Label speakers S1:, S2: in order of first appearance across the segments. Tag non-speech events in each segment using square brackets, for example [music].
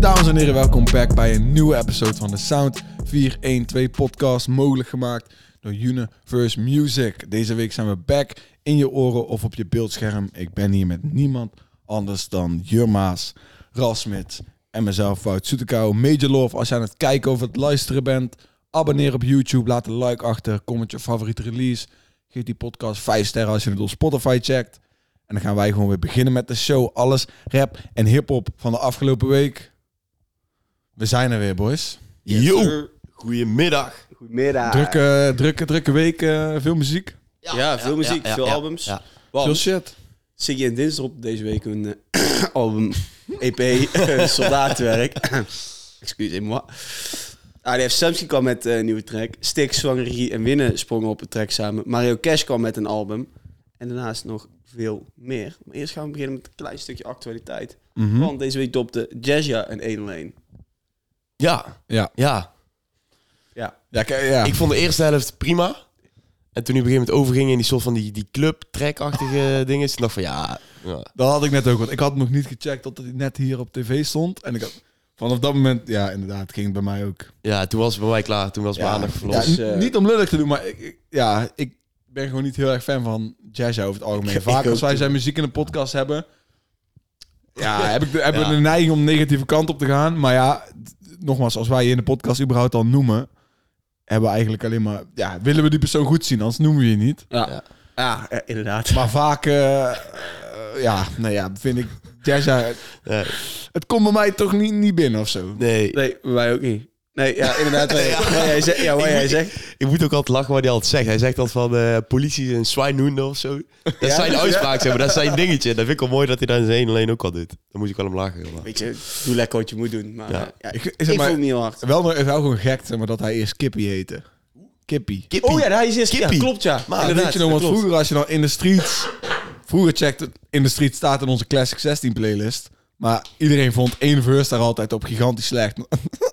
S1: Dames en heren, welkom back bij een nieuwe episode van de Sound 412 podcast. Mogelijk gemaakt door Universe Music. Deze week zijn we back in je oren of op je beeldscherm. Ik ben hier met niemand anders dan Jurma's, Rasmit en mezelf, Wout Soetekau. Major love als je aan het kijken of het luisteren bent. Abonneer op YouTube, laat een like achter, comment je favoriete release. Geef die podcast 5 sterren als je het op Spotify checkt. En dan gaan wij gewoon weer beginnen met de show. Alles rap en hip-hop van de afgelopen week. We zijn er weer, boys.
S2: Yo, goedemiddag.
S3: Goedemiddag.
S1: Drukke, drukke, drukke week. eh, veel muziek.
S2: Ja,
S3: Ja, veel muziek,
S2: ja,
S3: veel
S2: ja,
S3: albums.
S2: ja.
S1: Veel
S3: Want
S1: shit.
S3: Ziggy en Dinsdag op deze week een eh, [coughs] album, EP, eh, soldatenwerk. [coughs] Excuse me. ADF Samsky kwam met eh, een nieuwe track. Stik, Zwangerie en Winnen sprongen op een track samen. Mario Cash kwam met een album. En daarnaast nog veel meer. Maar eerst gaan we beginnen met een klein stukje actualiteit.
S1: Mhm.
S3: Want deze week dopte Jazzia en 101.
S2: Ja,
S1: Ja.
S2: ja.
S3: Ja,
S1: Ja, kijk, ja.
S2: Ik vond de eerste helft prima. En toen hij op een gegeven moment overging in die soort van die, die club [laughs] trackachtige dingen, toen dacht ik van ja, ja.
S1: Dat had ik net ook, want ik had nog niet gecheckt dat het net hier op tv stond. En ik had, vanaf dat moment, ja, inderdaad, ging het bij mij ook.
S2: ja, toen was het bij mij klaar. Toen was mijn
S3: Ja.
S2: aandacht verloren.
S1: Ja,
S3: Dus,
S1: n-
S3: eh,
S1: niet om lullig te doen, maar ik, ik- ja, ik ben gewoon niet heel erg fan van jazz over het algemeen.
S3: [laughs] Ik
S1: Vaak
S3: ook
S1: als wij
S3: niet.
S1: zijn muziek in een podcast hebben,
S3: [laughs]
S1: ja, heb ik de, hebben we
S2: Ja.
S1: de neiging om de negatieve kant op te gaan. Maar ja, d- nogmaals, als wij je in de podcast überhaupt al noemen, hebben we eigenlijk alleen maar, ja, willen we die persoon goed zien, anders noemen we je niet.
S3: ja.
S2: Ja.
S3: ja. eh, inderdaad.
S1: Maar vaak, eh, eh, ja, nou ja, vind ik jazz
S2: Nee,
S1: Het komt bij mij toch niet, niet binnen of zo.
S2: nee.
S3: Nee, wij ook niet. Nee, ja, inderdaad. wij-
S2: Ja.
S3: Wat jij zegt. Ja, wat
S2: Ik
S3: jij
S2: moet-
S3: zegt.
S2: Ik moet ook altijd lachen wat hij altijd zegt. Hij zegt altijd van eh, politie is een zwijnoende of [laughs] zo. Dat is zijn uitspraak, zeg maar. Dat is zijn dingetje. Dat vind ik wel mooi dat hij dat in zijn alleen ook al doet. Dan moet ik wel hem lachen. joh.
S3: Weet je, doe lekker wat je moet doen. Maar
S2: Ja.
S3: eh, ja,
S1: Ik-
S3: ik,
S1: zeg maar-
S3: ik, voel het niet heel hard.
S1: Wel, maar- wel gewoon gek, zeg maar, dat hij eerst Kippie heette. Kippie.
S2: Kippie.
S3: Oh ja, daar is eerst... Ja,
S2: Kippie.
S3: klopt ja.
S2: Maar
S1: En
S3: Inderdaad,
S1: weet Ah, je nog,
S3: dat
S1: want
S3: klopt.
S1: vroeger als je dan in de streets... Vroeger checkte in de street staat in onze Classic 16 playlist. Maar iedereen vond één verse daar altijd op gigantisch slecht. [laughs]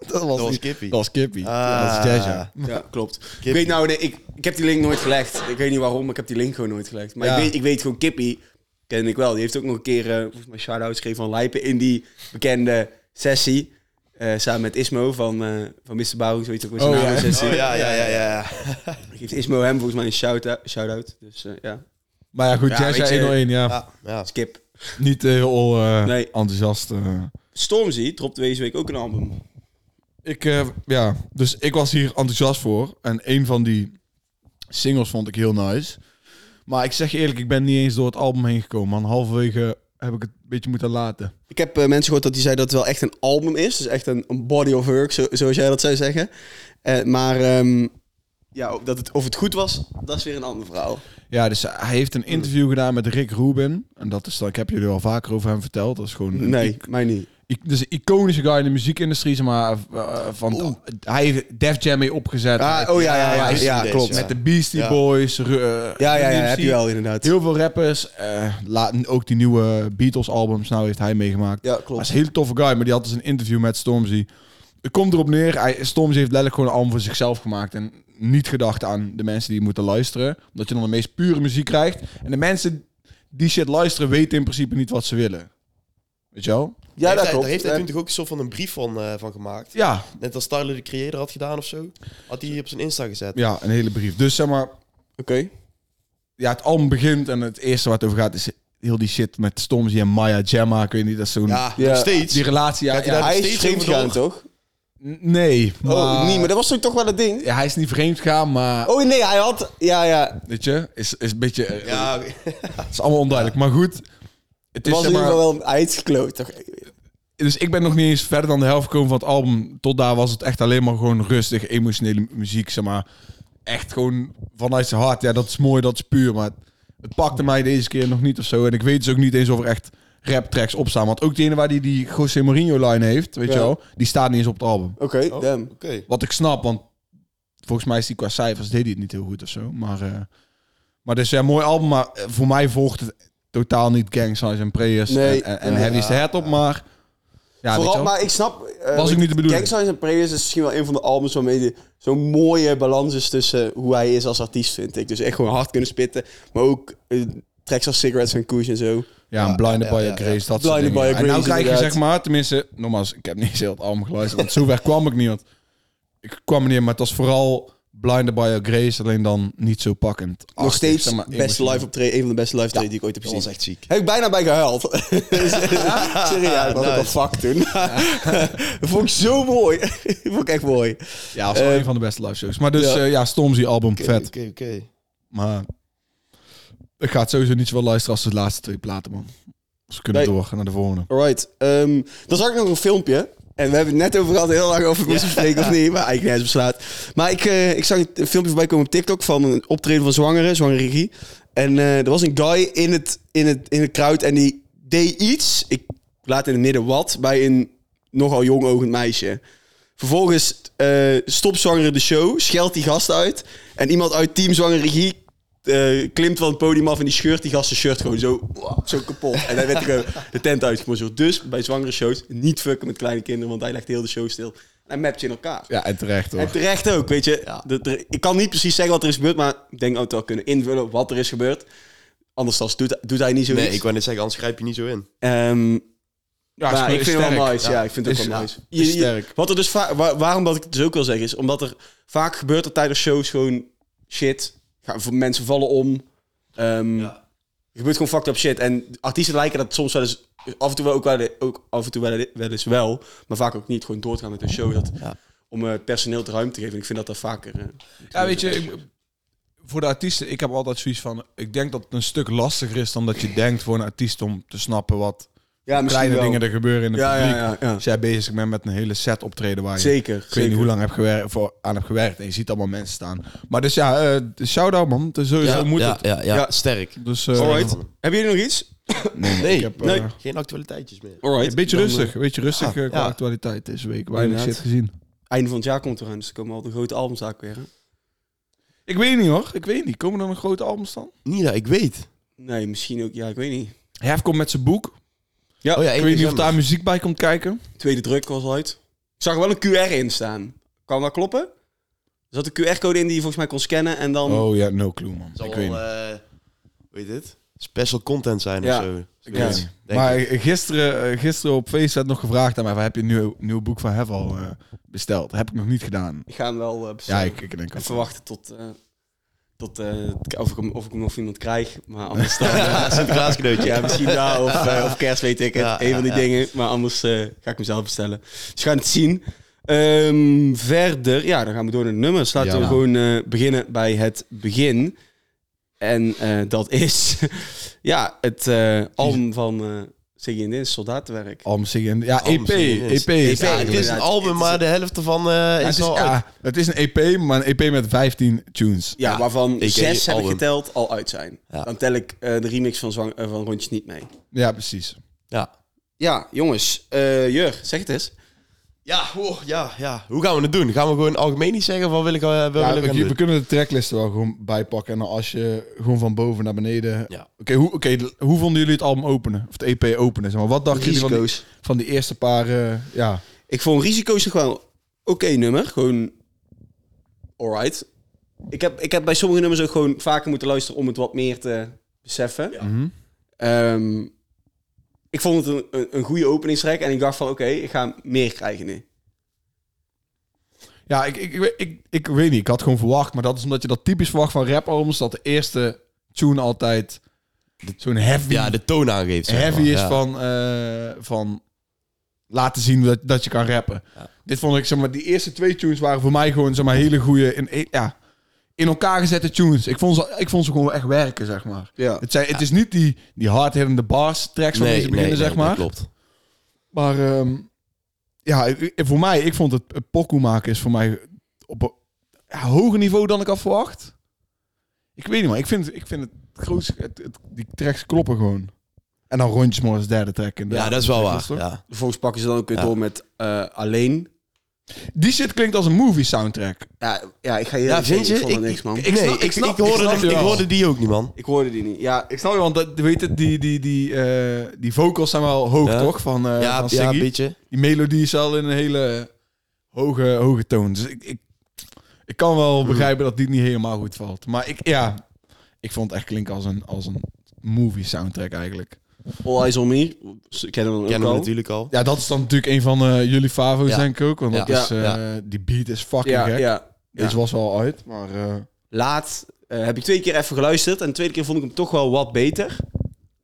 S1: dat was,
S2: was
S1: niet-
S2: Kippie.
S1: Dat was Kippie.
S2: Ah.
S1: Dat is jazz, ja.
S3: Ja, klopt. Ik weet nou, nee, ik, ik heb die link nooit gelegd. Ik weet niet waarom, maar ik heb die link gewoon nooit gelegd. Maar
S1: Ja.
S3: ik, weet, ik weet gewoon Kippie, ken ik wel. Die heeft ook nog een keer, eh, volgens mij, shout-outs gegeven van Lijpen in die bekende sessie. eh, samen met Ismo van, eh van Mr. Bouw, zoiets ook wel zijn
S1: Oh,
S3: naam
S1: ja.
S3: is, sessie.
S2: Oh, ja, ja, ja, ja.
S3: Geeft Ismo hem volgens mij een shout-out. shout-out. Dus eh, ja,
S1: Maar ja, goed,
S3: Ja,
S1: jazz, ja,
S3: weet je-
S1: 101, ja.
S2: Ja, ja.
S3: skip.
S1: Niet eh, heel eh,
S3: Nee.
S1: enthousiast. eh.
S3: Stormzy dropte deze week ook een album.
S1: Ik, eh, ja, dus ik was hier enthousiast voor. En een van die singles vond ik heel nice. Maar ik zeg je eerlijk, ik ben niet eens door het album heen gekomen. Man, halverwege heb ik het een beetje moeten laten.
S3: Ik heb eh, mensen gehoord dat die zeiden dat het wel echt een album is. Dus echt een, een body of work, zo- zoals jij dat zou zeggen. Eh, maar ehm, ja, dat het, of het goed was, dat is weer een ander verhaal.
S1: Ja, dus hij heeft een interview gedaan met Rick Rubin. En dat is dan, ik heb jullie al vaker over hem verteld. Dat is gewoon een
S3: Nee,
S1: i-
S3: mij niet.
S1: i- dus een iconische guy in de muziekindustrie. Zeg maar, eh, van, hij heeft Def Jam mee opgezet.
S3: Ah, oh ja, ja, ja, ja,
S1: Hij is
S3: ja,
S2: deze,
S3: klopt.
S2: ja.
S1: Met de Beastie
S2: Ja.
S1: Boys. Ru- eh,
S3: Ja, ja, ja,
S1: NMC.
S3: heb je wel inderdaad.
S1: Heel veel rappers. eh, la- ook die nieuwe Beatles-albums. Nou heeft hij meegemaakt.
S3: Ja,
S1: Hij is
S3: klopt.
S1: een hele toffe guy, maar die had dus een interview met Stormzy. Het komt erop neer, hij, Stormzy heeft letterlijk gewoon een album voor zichzelf gemaakt. En niet gedacht aan de mensen die moeten luisteren. Omdat je dan de meest pure muziek krijgt. En de mensen die shit luisteren, weten in principe niet wat ze willen. Weet je wel?
S3: Ja, dat
S2: Daar
S3: klopt.
S2: heeft hij toen
S3: Eh,
S2: toch ook een soort van een brief van, eh, van gemaakt.
S1: Ja,
S2: Net als Tyler de Creator had gedaan of zo. Had hij op zijn Insta gezet.
S1: ja een hele brief. Dus zeg maar,
S3: Oké.
S1: ja, het album begint en het eerste waar het over gaat is heel die shit met Stormzy en Maya Gemma. Ik weet niet, dat is zo'n...
S2: Ja,
S3: Ja.
S2: nog steeds.
S1: Die relatie, ja,
S2: Gaat hij
S1: ja,
S2: daar-
S3: Hij is
S2: steeds
S3: vreemd
S2: overdoor.
S3: gegaan, toch?
S1: n- nee.
S3: Oh, niet, maar dat was toch toch wel het ding?
S1: Ja, hij is niet vreemd gegaan, maar...
S3: Oh nee, hij had... Ja, ja.
S1: Weet je, is, is een beetje... eh, [laughs]
S2: Ja,
S1: Het is allemaal onduidelijk. Maar goed, het
S3: Het
S1: is
S3: was
S1: zeg
S3: in ieder
S1: maar,
S3: geval wel... Hij is gekloot, toch?
S1: Dus ik ben nog niet eens verder dan de helft gekomen van het album. Tot daar was het echt alleen maar gewoon rustig, emotionele muziek, zeg maar. Echt gewoon vanuit zijn hart. Ja, dat is mooi, dat is puur. Maar het pakte mij deze keer nog niet of zo. En ik weet dus ook niet eens of er echt rap tracks op staan. Want ook die ene waar die die José Mourinho line heeft, weet
S3: Ja.
S1: je wel, die staat niet eens op het album.
S3: Oké,
S2: Oh,
S3: damn.
S2: oké.
S1: Wat ik snap, want volgens mij is die qua cijfers deed hij het niet heel goed of zo. Maar, eh, maar dus ja, mooi album. Maar eh, voor mij volgt het totaal niet Gang Signs en Prayers
S3: Nee.
S1: en, en, en Heavy's the Head op. Maar ja, weet je
S3: Vooral,
S1: wel.
S3: maar ik snap... eh,
S1: Was ook niet de bedoeling.
S3: Gangsters en Prayers is misschien wel een van de albums waarmee die- zo'n mooie balans is tussen hoe hij is als artiest, vind ik. Dus echt gewoon hard kunnen spitten, maar ook eh, tracks als Cigarettes en Kush en zo.
S1: Ja, een Blinded by Your Grace, dat soort
S3: Blinded
S1: dingen.
S3: by Your
S1: en nou
S3: Grace,
S1: krijg je
S3: inderdaad.
S1: zeg maar, tenminste, nogmaals, ik heb niet eens heel het album geluisterd, want zover kwam ik niet. Want ik kwam er niet, in, maar het was vooral Blinded by Your Grace, alleen dan niet zo pakkend.
S3: Nog
S1: Ach,
S3: steeds
S1: zeg maar,
S3: beste
S1: emotioneel.
S3: live optreden, een van de beste live optreden die ik ooit heb
S2: Dat was
S3: gezien.
S2: echt ziek.
S3: Heb ik bijna
S1: [laughs]
S3: bij gehuild. Serieus, ja, ik was ook wel
S2: Nice.
S3: fuck toen. [laughs] dat vond ik zo mooi. [laughs] dat vond ik echt mooi.
S1: Ja, was wel
S3: Eh,
S1: een van de beste live shows. Maar dus,
S3: ja.
S1: ja, ja Stormzy album, vet.
S2: Oké, oké.
S1: Maar ik ga het sowieso niet zoveel luisteren als de laatste twee platen, man. Dus we kunnen
S3: Nee.
S1: door naar de volgende.
S3: Alright. ehm, dan zag ik nog een filmpje. En we hebben het net over gehad, heel lang over moesten spreken of niet. Maar eigenlijk nergens op slaat. Maar ik, eh, ik zag een filmpje voorbij komen op TikTok van een optreden van zwangere, zwangere regie. En eh, er was een guy in het, in, het, in het kruid en die deed iets. Ik laat in het midden wat, bij een nogal jong ogend meisje. Vervolgens eh stopt zwangere de show, scheldt die gast uit. En iemand uit team zwangere regie eh, klimt van het podium af en die scheurt die gast zijn shirt gewoon zo, zo kapot. En hij werd er gewoon de tent uitgemozzeld. Dus bij zwangere shows niet fucken met kleine kinderen, want hij legt heel de show stil. En hij mapt je in elkaar.
S1: Ja, en terecht hoor.
S3: En terecht ook, weet je. Dat er- ik kan niet precies zeggen wat er is gebeurd, maar ik denk dat we wel kunnen invullen wat er is gebeurd. Anders dan doet, doet hij niet zoiets.
S2: Nee, ik wou net zeggen, anders grijp je niet zo in.
S3: Ehm,
S1: ja,
S3: maar ik vind het wel nice. Ja,
S2: Ja.
S3: ik vind het ook
S1: Is-
S3: wel
S1: ja,
S3: nice.
S1: is sterk.
S3: wat er dus va- wa- waarom dat ik het dus ook wil zeggen is, omdat er vaak gebeurt er tijdens shows gewoon shit. Ga- voor mensen vallen om. Ehm, Er gebeurt gewoon fucked up shit. En artiesten lijken dat soms wel eens, af en toe wel, ook wel, ook af en toe wel, wel eens wel, maar vaak ook niet. Gewoon doorgaan met een show. Dat,
S2: Ja.
S3: Om eh, het personeel de ruimte te geven. Ik vind dat dat vaker. eh,
S1: Ja, weet je, ik- voor de artiesten, ik heb altijd zoiets van... Ik denk dat het een stuk lastiger is dan dat je denkt voor een artiest om te snappen wat
S3: ja, misschien
S1: kleine
S3: wel.
S1: dingen er gebeuren in het
S3: Ja, ja,
S1: publiek.
S3: ja, ja.
S1: Als jij bezig bent met een hele set optreden waar je...
S3: Zeker.
S1: Ik weet
S3: zeker.
S1: niet hoe lang heb gewerkt, voor, aan heb gewerkt en je ziet allemaal mensen staan. Maar dus ja, eh shout-out man. Dus sowieso moet
S2: ja,
S1: het.
S2: Ja, ja,
S3: Ja.
S2: sterk.
S1: Dus, eh,
S3: Alright. Hebben jullie nog iets?
S1: Nee,
S2: Nee,
S1: ik heb, eh,
S3: nee.
S1: een
S2: Geen actualiteitjes meer.
S3: Alright.
S1: beetje
S3: Dan,
S1: rustig. Een beetje rustig eh, qua
S2: ja.
S1: actualiteit deze week. Weinig
S3: Inderdaad.
S1: shit gezien.
S3: eh, Einde van het jaar komt eraan, dus er komen al de grote albumzaak weer. hè?
S1: Ik weet niet hoor. Ik weet niet. Komen er nog grote albums dan?
S2: Nina, ik weet.
S3: Nee, misschien ook. Ja, ik weet niet.
S1: Hef komt met zijn boek.
S3: Ja,
S2: Oh ja,
S1: Ik
S2: 1
S1: weet niet of
S2: december.
S1: daar muziek bij komt kijken.
S3: Tweede druk was al uit. Ik zag er wel een QR in staan. Kan dat kloppen? Er zat een QR-code in die je volgens mij kon scannen en dan...
S1: Oh ja, no clue man.
S2: Zal
S1: ik
S2: wel,
S1: weet niet.
S2: eh, hoe heet dit? Special content zijn
S3: Ja.
S2: of zo.
S1: Ik weet
S3: Ja.
S1: niet.
S2: eh, Denk [laughs]
S1: Maar
S2: ik.
S1: gisteren, eh, gisteren op Facebook werd nog gevraagd aan mij... "Waar Heb je een nieuw, nieuw boek van Hef al eh, besteld? Heb ik nog niet gedaan.
S3: Ik ga hem wel eh,
S1: Ja,
S3: bestellen.
S1: ik, ik denk
S3: Even
S1: ook.
S3: wachten tot... eh, tot eh, of, ik hem, of ik hem of iemand krijg. Maar anders dan...
S2: Ja, Sinterklaas cadeautje.
S3: ja, misschien
S2: [laughs]
S3: daar of, eh, of kerst weet ik het.
S2: Ja,
S3: een van die
S2: ja, ja.
S3: dingen. Maar anders eh, ga ik hem zelf bestellen. Dus we gaan het zien. Ehm, verder, ja, dan gaan we door naar de nummers. Laten
S2: Ja.
S3: we gewoon eh, beginnen bij het begin. En eh, dat is [laughs] ja, het eh, album van eh Ziggy en Dins, Soldatenwerk.
S1: Album zingen. Ja, E
S2: Album
S1: EP.
S2: zingen is-
S1: EP. is
S2: Ja, E het is
S1: eigenlijk.
S2: een
S3: inderdaad.
S2: album, maar de helft ervan eh,
S1: Ja,
S2: is
S1: het, is,
S2: al uit.
S1: ja, het is een EP, maar een EP met 15 tunes.
S3: Ja,
S2: Ja,
S3: waarvan
S2: ik-
S3: zes heb ik
S2: album.
S3: geteld al uit zijn.
S2: Ja.
S3: Dan tel ik eh, de remix van, zwang, eh, van Rondjes niet mee.
S1: Ja, precies.
S2: Ja.
S3: Ja, jongens. eh Jur, zeg het eens.
S2: Ja, oh, ja, ja. Hoe gaan we het doen? Gaan we gewoon algemeen niet zeggen van wil ik, eh, wil
S1: Ja,
S2: ik
S1: we,
S2: gaan
S1: we
S2: doen?
S1: kunnen de tracklisten wel gewoon bijpakken. En dan als je gewoon van boven naar beneden...
S2: Ja.
S1: Oké, hoe, oké, de- hoe vonden jullie het album openen? Of de EP openen? Zeg maar. Wat dachten jullie van die,
S3: Risico's.
S1: van die eerste paar... eh, ja.
S3: Ik vond Risico's nog wel een oké nummer. Gewoon alright. Ik heb, ik heb bij sommige nummers ook gewoon vaker moeten luisteren om het wat meer te beseffen.
S1: Mhm.
S3: Ehm, ik vond het een, een, een goede openingstrek en ik dacht van oké, ik ga meer krijgen nu.
S1: Ja, ik, ik, ik, weet- ik, ik weet niet. Ik had gewoon verwacht. Maar dat is omdat je dat typisch verwacht van rapalbums. Dat de eerste tune altijd zo'n heavy,
S2: Ja, de toon aangeeft. zeg
S1: heavy
S2: maar.
S1: is
S2: Ja.
S1: van, eh, van laten zien dat, dat je kan rappen.
S2: Ja.
S1: Dit vond ik, zeg maar, die eerste twee tunes waren voor mij gewoon zeg maar, hele goede... In, ja, in elkaar gezette tunes. Ik vond, ze, ik vond ze gewoon echt werken, zeg maar.
S3: Ja.
S1: Het, zijn, het is niet die, die hard-hittende bars tracks van
S2: Nee,
S1: deze
S2: nee,
S1: beginnen,
S2: nee,
S1: zeg maar.
S2: dat klopt.
S1: Maar ehm, ja, ik- ik- voor mij, ik vond het, het pokoe maken is voor mij op een ja, hoger niveau dan ik had verwacht. Ik weet niet, maar ik vind, ik vind het grootste, het, het- die tracks kloppen gewoon. En dan rondjes maar als derde track. En
S2: Ja, dat is wel waar.
S1: toch?
S2: Ja.
S3: Vervolgens pakken ze dan ook weer
S2: Ja.
S3: door met eh, Alleen.
S1: Die shit klinkt als een movie soundtrack.
S3: Ja, ja, ik ga je
S2: Ja,
S3: eerlijk
S2: vind
S3: zeggen,
S2: je?
S3: ik vond er niks man. Ik,
S2: Ik, nee,
S1: snap- ik
S2: ik,
S1: snap-
S2: ik
S1: ik snap
S2: hoorde,
S1: je
S2: hem- ik
S1: wel.
S2: hoorde die ook niet, man.
S3: hoorde die niet. Ja, ik
S1: Ik snap je, want dat, weet het, die, die, die, eh, die vocals zijn wel hoog,
S2: Ja.
S1: toch? Van, eh
S2: ja,
S1: van
S2: ja,
S1: Siggy.
S2: een beetje.
S1: die melodie is al in een hele hoge, hoge toon. Dus ik, ik, ik kan
S2: Hmm.
S1: wel begrijpen dat die niet helemaal goed valt. Maar ik, ja, ik vond het echt klinken als een, als een movie soundtrack eigenlijk.
S3: All Eyes On Me. Kennen we hem ook
S2: Kennen we
S3: al.
S2: natuurlijk al.
S1: Ja, dat is dan natuurlijk een van eh, jullie favo's,
S2: Ja.
S1: denk ik ook. Want
S2: Ja.
S1: dat is,
S3: Ja,
S1: eh,
S2: ja.
S1: die beat is fucking
S3: Ja,
S1: gek.
S3: ja.
S1: Deze was wel uit, maar... eh,
S3: Laat eh, heb ik twee keer even geluisterd. En de tweede keer vond ik hem toch wel wat beter.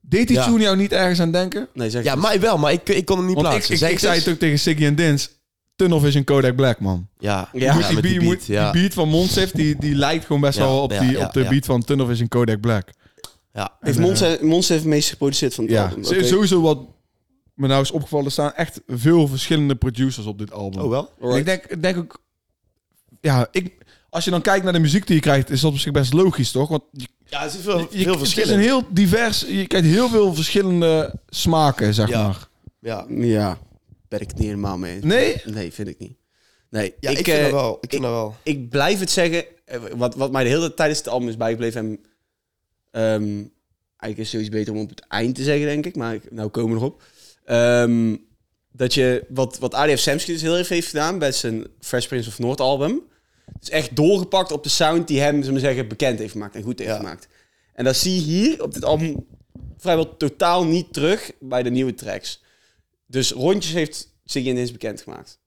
S1: deed die
S2: Ja.
S1: tune jou niet ergens aan denken?
S3: Nee, zeg
S2: Ja,
S3: het.
S2: mij wel, maar ik, ik kon hem niet
S1: dus. Want ik,
S2: plaatsen.
S1: ik,
S2: Zeg
S1: ik
S2: het
S1: zei
S2: eens.
S1: het ook tegen Siggy en Dins. Tunnel Vision Kodak Black, man.
S2: Ja,
S3: Ja.
S1: moet die,
S2: met
S1: beat, moet,
S2: ja.
S1: die beat van Monstef, die, die lijkt gewoon best
S2: Ja,
S1: wel op,
S2: ja,
S1: die,
S2: ja,
S1: op de
S2: ja.
S1: beat van Tunnel Vision Kodak Black.
S2: ja.
S3: Heeft
S1: En,
S3: Mons, Mons heeft het meest geproduceerd van het
S1: Ja,
S3: album.
S1: zo-
S3: Oké.
S1: sowieso wat me nou is opgevallen, er staan echt veel verschillende producers op dit album.
S2: Oh, wel?
S1: En ik denk, ik denk ook, ja, ik, als je dan kijkt naar de muziek die je krijgt, is dat op zich best logisch, toch? Want je,
S2: Ja, er zit veel,
S1: je- het
S2: veel
S1: is een
S2: verschillen.
S1: heel divers, je krijgt heel veel verschillende smaken, zeg
S2: Ja.
S1: maar.
S2: Ja,
S3: Ja, ben ik het niet helemaal mee. eens.
S1: Nee?
S3: Nee, vind ik niet. Nee,
S2: ja ik,
S3: ik,
S2: vind
S3: eh,
S2: dat wel. Ik vind dat wel.
S3: ik blijf het zeggen. eh, Wat, wat mij de hele tijd tijdens het album is bijgebleven. En, ehm, eigenlijk is het sowieso beter om op het eind te zeggen, denk ik. Maar ik, nou komen we erop. Ehm, dat je, wat, wat ADF Samsky dus heel even heeft gedaan bij zijn Fresh Prince of North album. Dus echt doorgepakt op de sound die hem, zullen we zeggen, bekend heeft gemaakt en goed heeft
S2: Ja.
S3: gemaakt. En dat zie je hier op dit album vrijwel totaal niet terug bij de nieuwe tracks. Dus rondjes heeft Ziggy en Dins bekendgemaakt.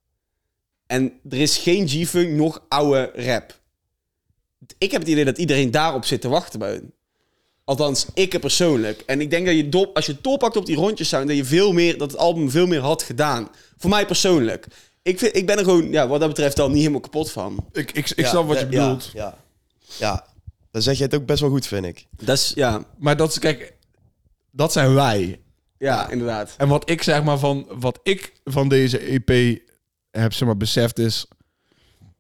S3: En er is geen G-funk, nog oude rap. Ik heb het idee dat iedereen daarop zit te wachten bij hun. Althans, ik persoonlijk. En ik denk dat je door- als je het doorpakt op die rondjes sound, dat je veel meer, dat het album veel meer had gedaan. Voor mij persoonlijk. Ik, vind, ik ben er gewoon, ja, wat dat betreft, al niet helemaal kapot van.
S1: Ik, ik, ik
S2: Ja,
S1: snap wat je
S2: ja,
S1: bedoelt.
S2: Ja, ja. Dan zeg je het ook best wel goed, vind ik.
S3: Dat is, ja,
S1: Maar dat is, kijk, dat zijn wij.
S3: ja, inderdaad.
S1: En wat ik zeg maar van wat ik van deze EP heb zeg maar beseft is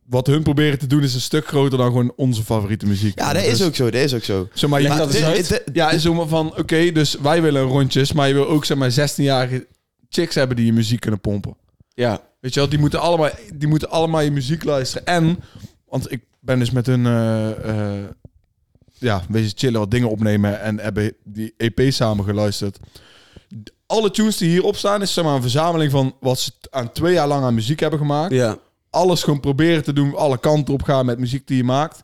S1: wat hun proberen te doen is een stuk groter dan gewoon onze favoriete muziek.
S2: Ja, dat
S1: Dus,
S2: is ook zo. Dat is ook zo.
S1: Zeg maar, je
S2: Maar
S1: gaat
S2: dit-
S1: dus uit.
S2: dit-
S1: ja, en zo maar van oké, dus wij willen rondjes, maar je wil ook zeg maar 16-jarige chicks hebben die je muziek kunnen pompen.
S3: Ja,
S1: Weet je wel, die moeten allemaal, die moeten allemaal je muziek luisteren. En, want ik ben dus met hun, eh, eh, ja, een beetje chillen, wat dingen opnemen en hebben die EP samen geluisterd. Alle tunes die hierop staan, is zeg maar een verzameling van wat ze t- aan twee jaar lang aan muziek hebben gemaakt.
S3: ja.
S1: Alles gewoon proberen te doen, alle kanten op gaan met muziek die je maakt.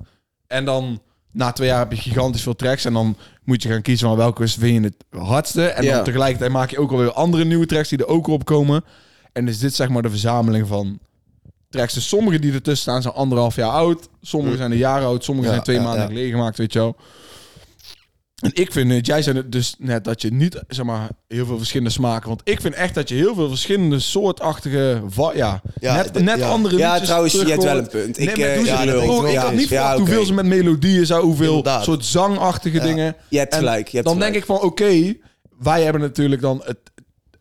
S1: En dan na twee jaar heb je gigantisch veel tracks. En dan moet je gaan kiezen van welke is- vind je het hardste. En
S3: Ja.
S1: dan tegelijkertijd maak je ook alweer andere nieuwe tracks die er ook op komen. En is dit zeg maar de verzameling van tracks. Dus sommige die ertussen staan zijn anderhalf jaar oud. Sommige zijn een jaar oud. Sommige
S2: Mm.
S1: zijn
S2: Ja,
S1: twee
S2: ja,
S1: maanden
S2: ja.
S1: geleden gemaakt, weet je wel. En ik vind, eh, jij zei het dus net dat je niet zeg maar heel veel verschillende smaken. Want ik vind echt dat je heel veel verschillende soortachtige. va- Ja,
S2: Ja,
S1: net,
S2: dit-
S1: net
S2: ja.
S1: andere
S3: Ja,
S1: liedjes
S3: trouwens, je hebt wel
S1: terughoort.
S3: een punt.
S1: Nee,
S3: Ik,
S1: maar
S3: eh,
S1: doe ze
S2: ja,
S1: niet.
S2: dat weet ik
S1: Oh,
S2: wel.
S1: ik had niet
S3: Ja,
S1: verwacht
S3: oké.
S1: hoeveel ze met melodieën zou, hoeveel
S2: Inderdaad.
S1: soort zangachtige
S2: Ja.
S1: dingen.
S3: Je hebt
S1: En
S3: gelijk. Je hebt
S1: dan
S3: gelijk.
S1: denk ik van, oké, wij hebben natuurlijk dan het,